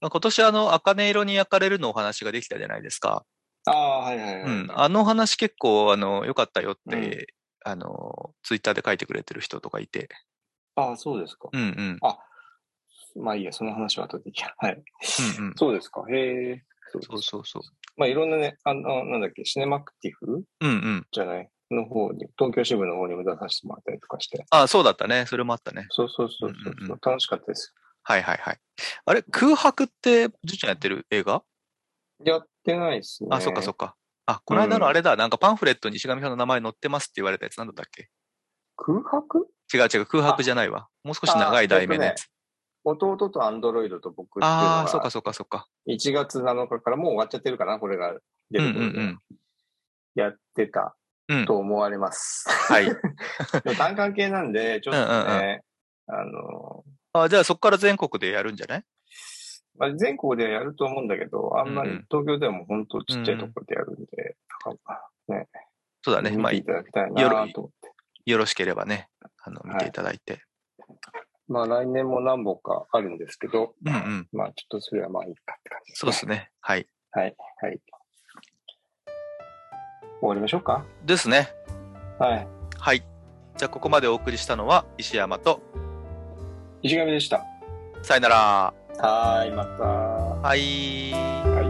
S1: まあ今年あの、茜色に焼かれるのお話ができたじゃないですか。
S2: ああ、はいはいはい。
S1: うん。あの話結構、あの、良かったよって、
S2: うん
S1: あの、ツイッターで書いてくれてる人とかいて。
S2: ああ、そうですか。
S1: うんうん。
S2: まあいいや、その話は後でいいや。はい。
S1: うんうん。
S2: そうですか。へえ。そう
S1: そうそうそう。
S2: まあいろんなね、あの、なんだっけ、シネマクティフ
S1: うんうん。
S2: じゃないの方に、東京支部の方にも出させてもらったりとかして。
S1: あ、そうだったね。それもあったね。
S2: そうそうそうそ
S1: う
S2: う。
S1: んうんうん
S2: 楽しかったです。
S1: はいはいはい。あれ、空白って、じゅうちゃんやってる映画
S2: やってないですね。
S1: あ、そっかそっか。あ、この間のあれだ、なんかパンフレットに石上さんの名前載ってますって言われたやつ、なんだったっけ
S2: 空白
S1: 違う違う、空白じゃないわ。もう少し長い題名のやつ。
S2: 弟とアンドロイドと僕っていうの
S1: ああー、そうか
S2: が、
S1: そうかそうか。
S2: 1月7日からもう終わっちゃってるかな、これが出
S1: うんう
S2: る
S1: ん
S2: こ
S1: う
S2: とで
S1: ん。
S2: やってた
S1: うん
S2: と思われます。
S1: はい。
S2: <laughs> でも単管系なんで、ちょっとね、あの、
S1: あじゃあそこから全国でやるんじゃない
S2: まあ、全国でやると思うんだけど、あんまり
S1: うんうん
S2: 東京ではもう本当ちっちゃいところでやるんで、なんか
S1: そうだね。まあ、
S2: 見
S1: い
S2: ていただきたいなと思って。
S1: よろしければね、あの、見ていただいて。
S2: まあ来年も何本かあるんですけど、
S1: うんうん。
S2: まあちょっとそれはまあいいかって感じです、
S1: そうですね。はい。
S2: はい、はい。終わりましょうか
S1: ですね。
S2: はい。
S1: はい。じゃあ、ここまでお送りしたのは、石山と、
S2: 石上でした。
S1: さよなら。
S2: はーい、また。
S1: はい。
S2: はい。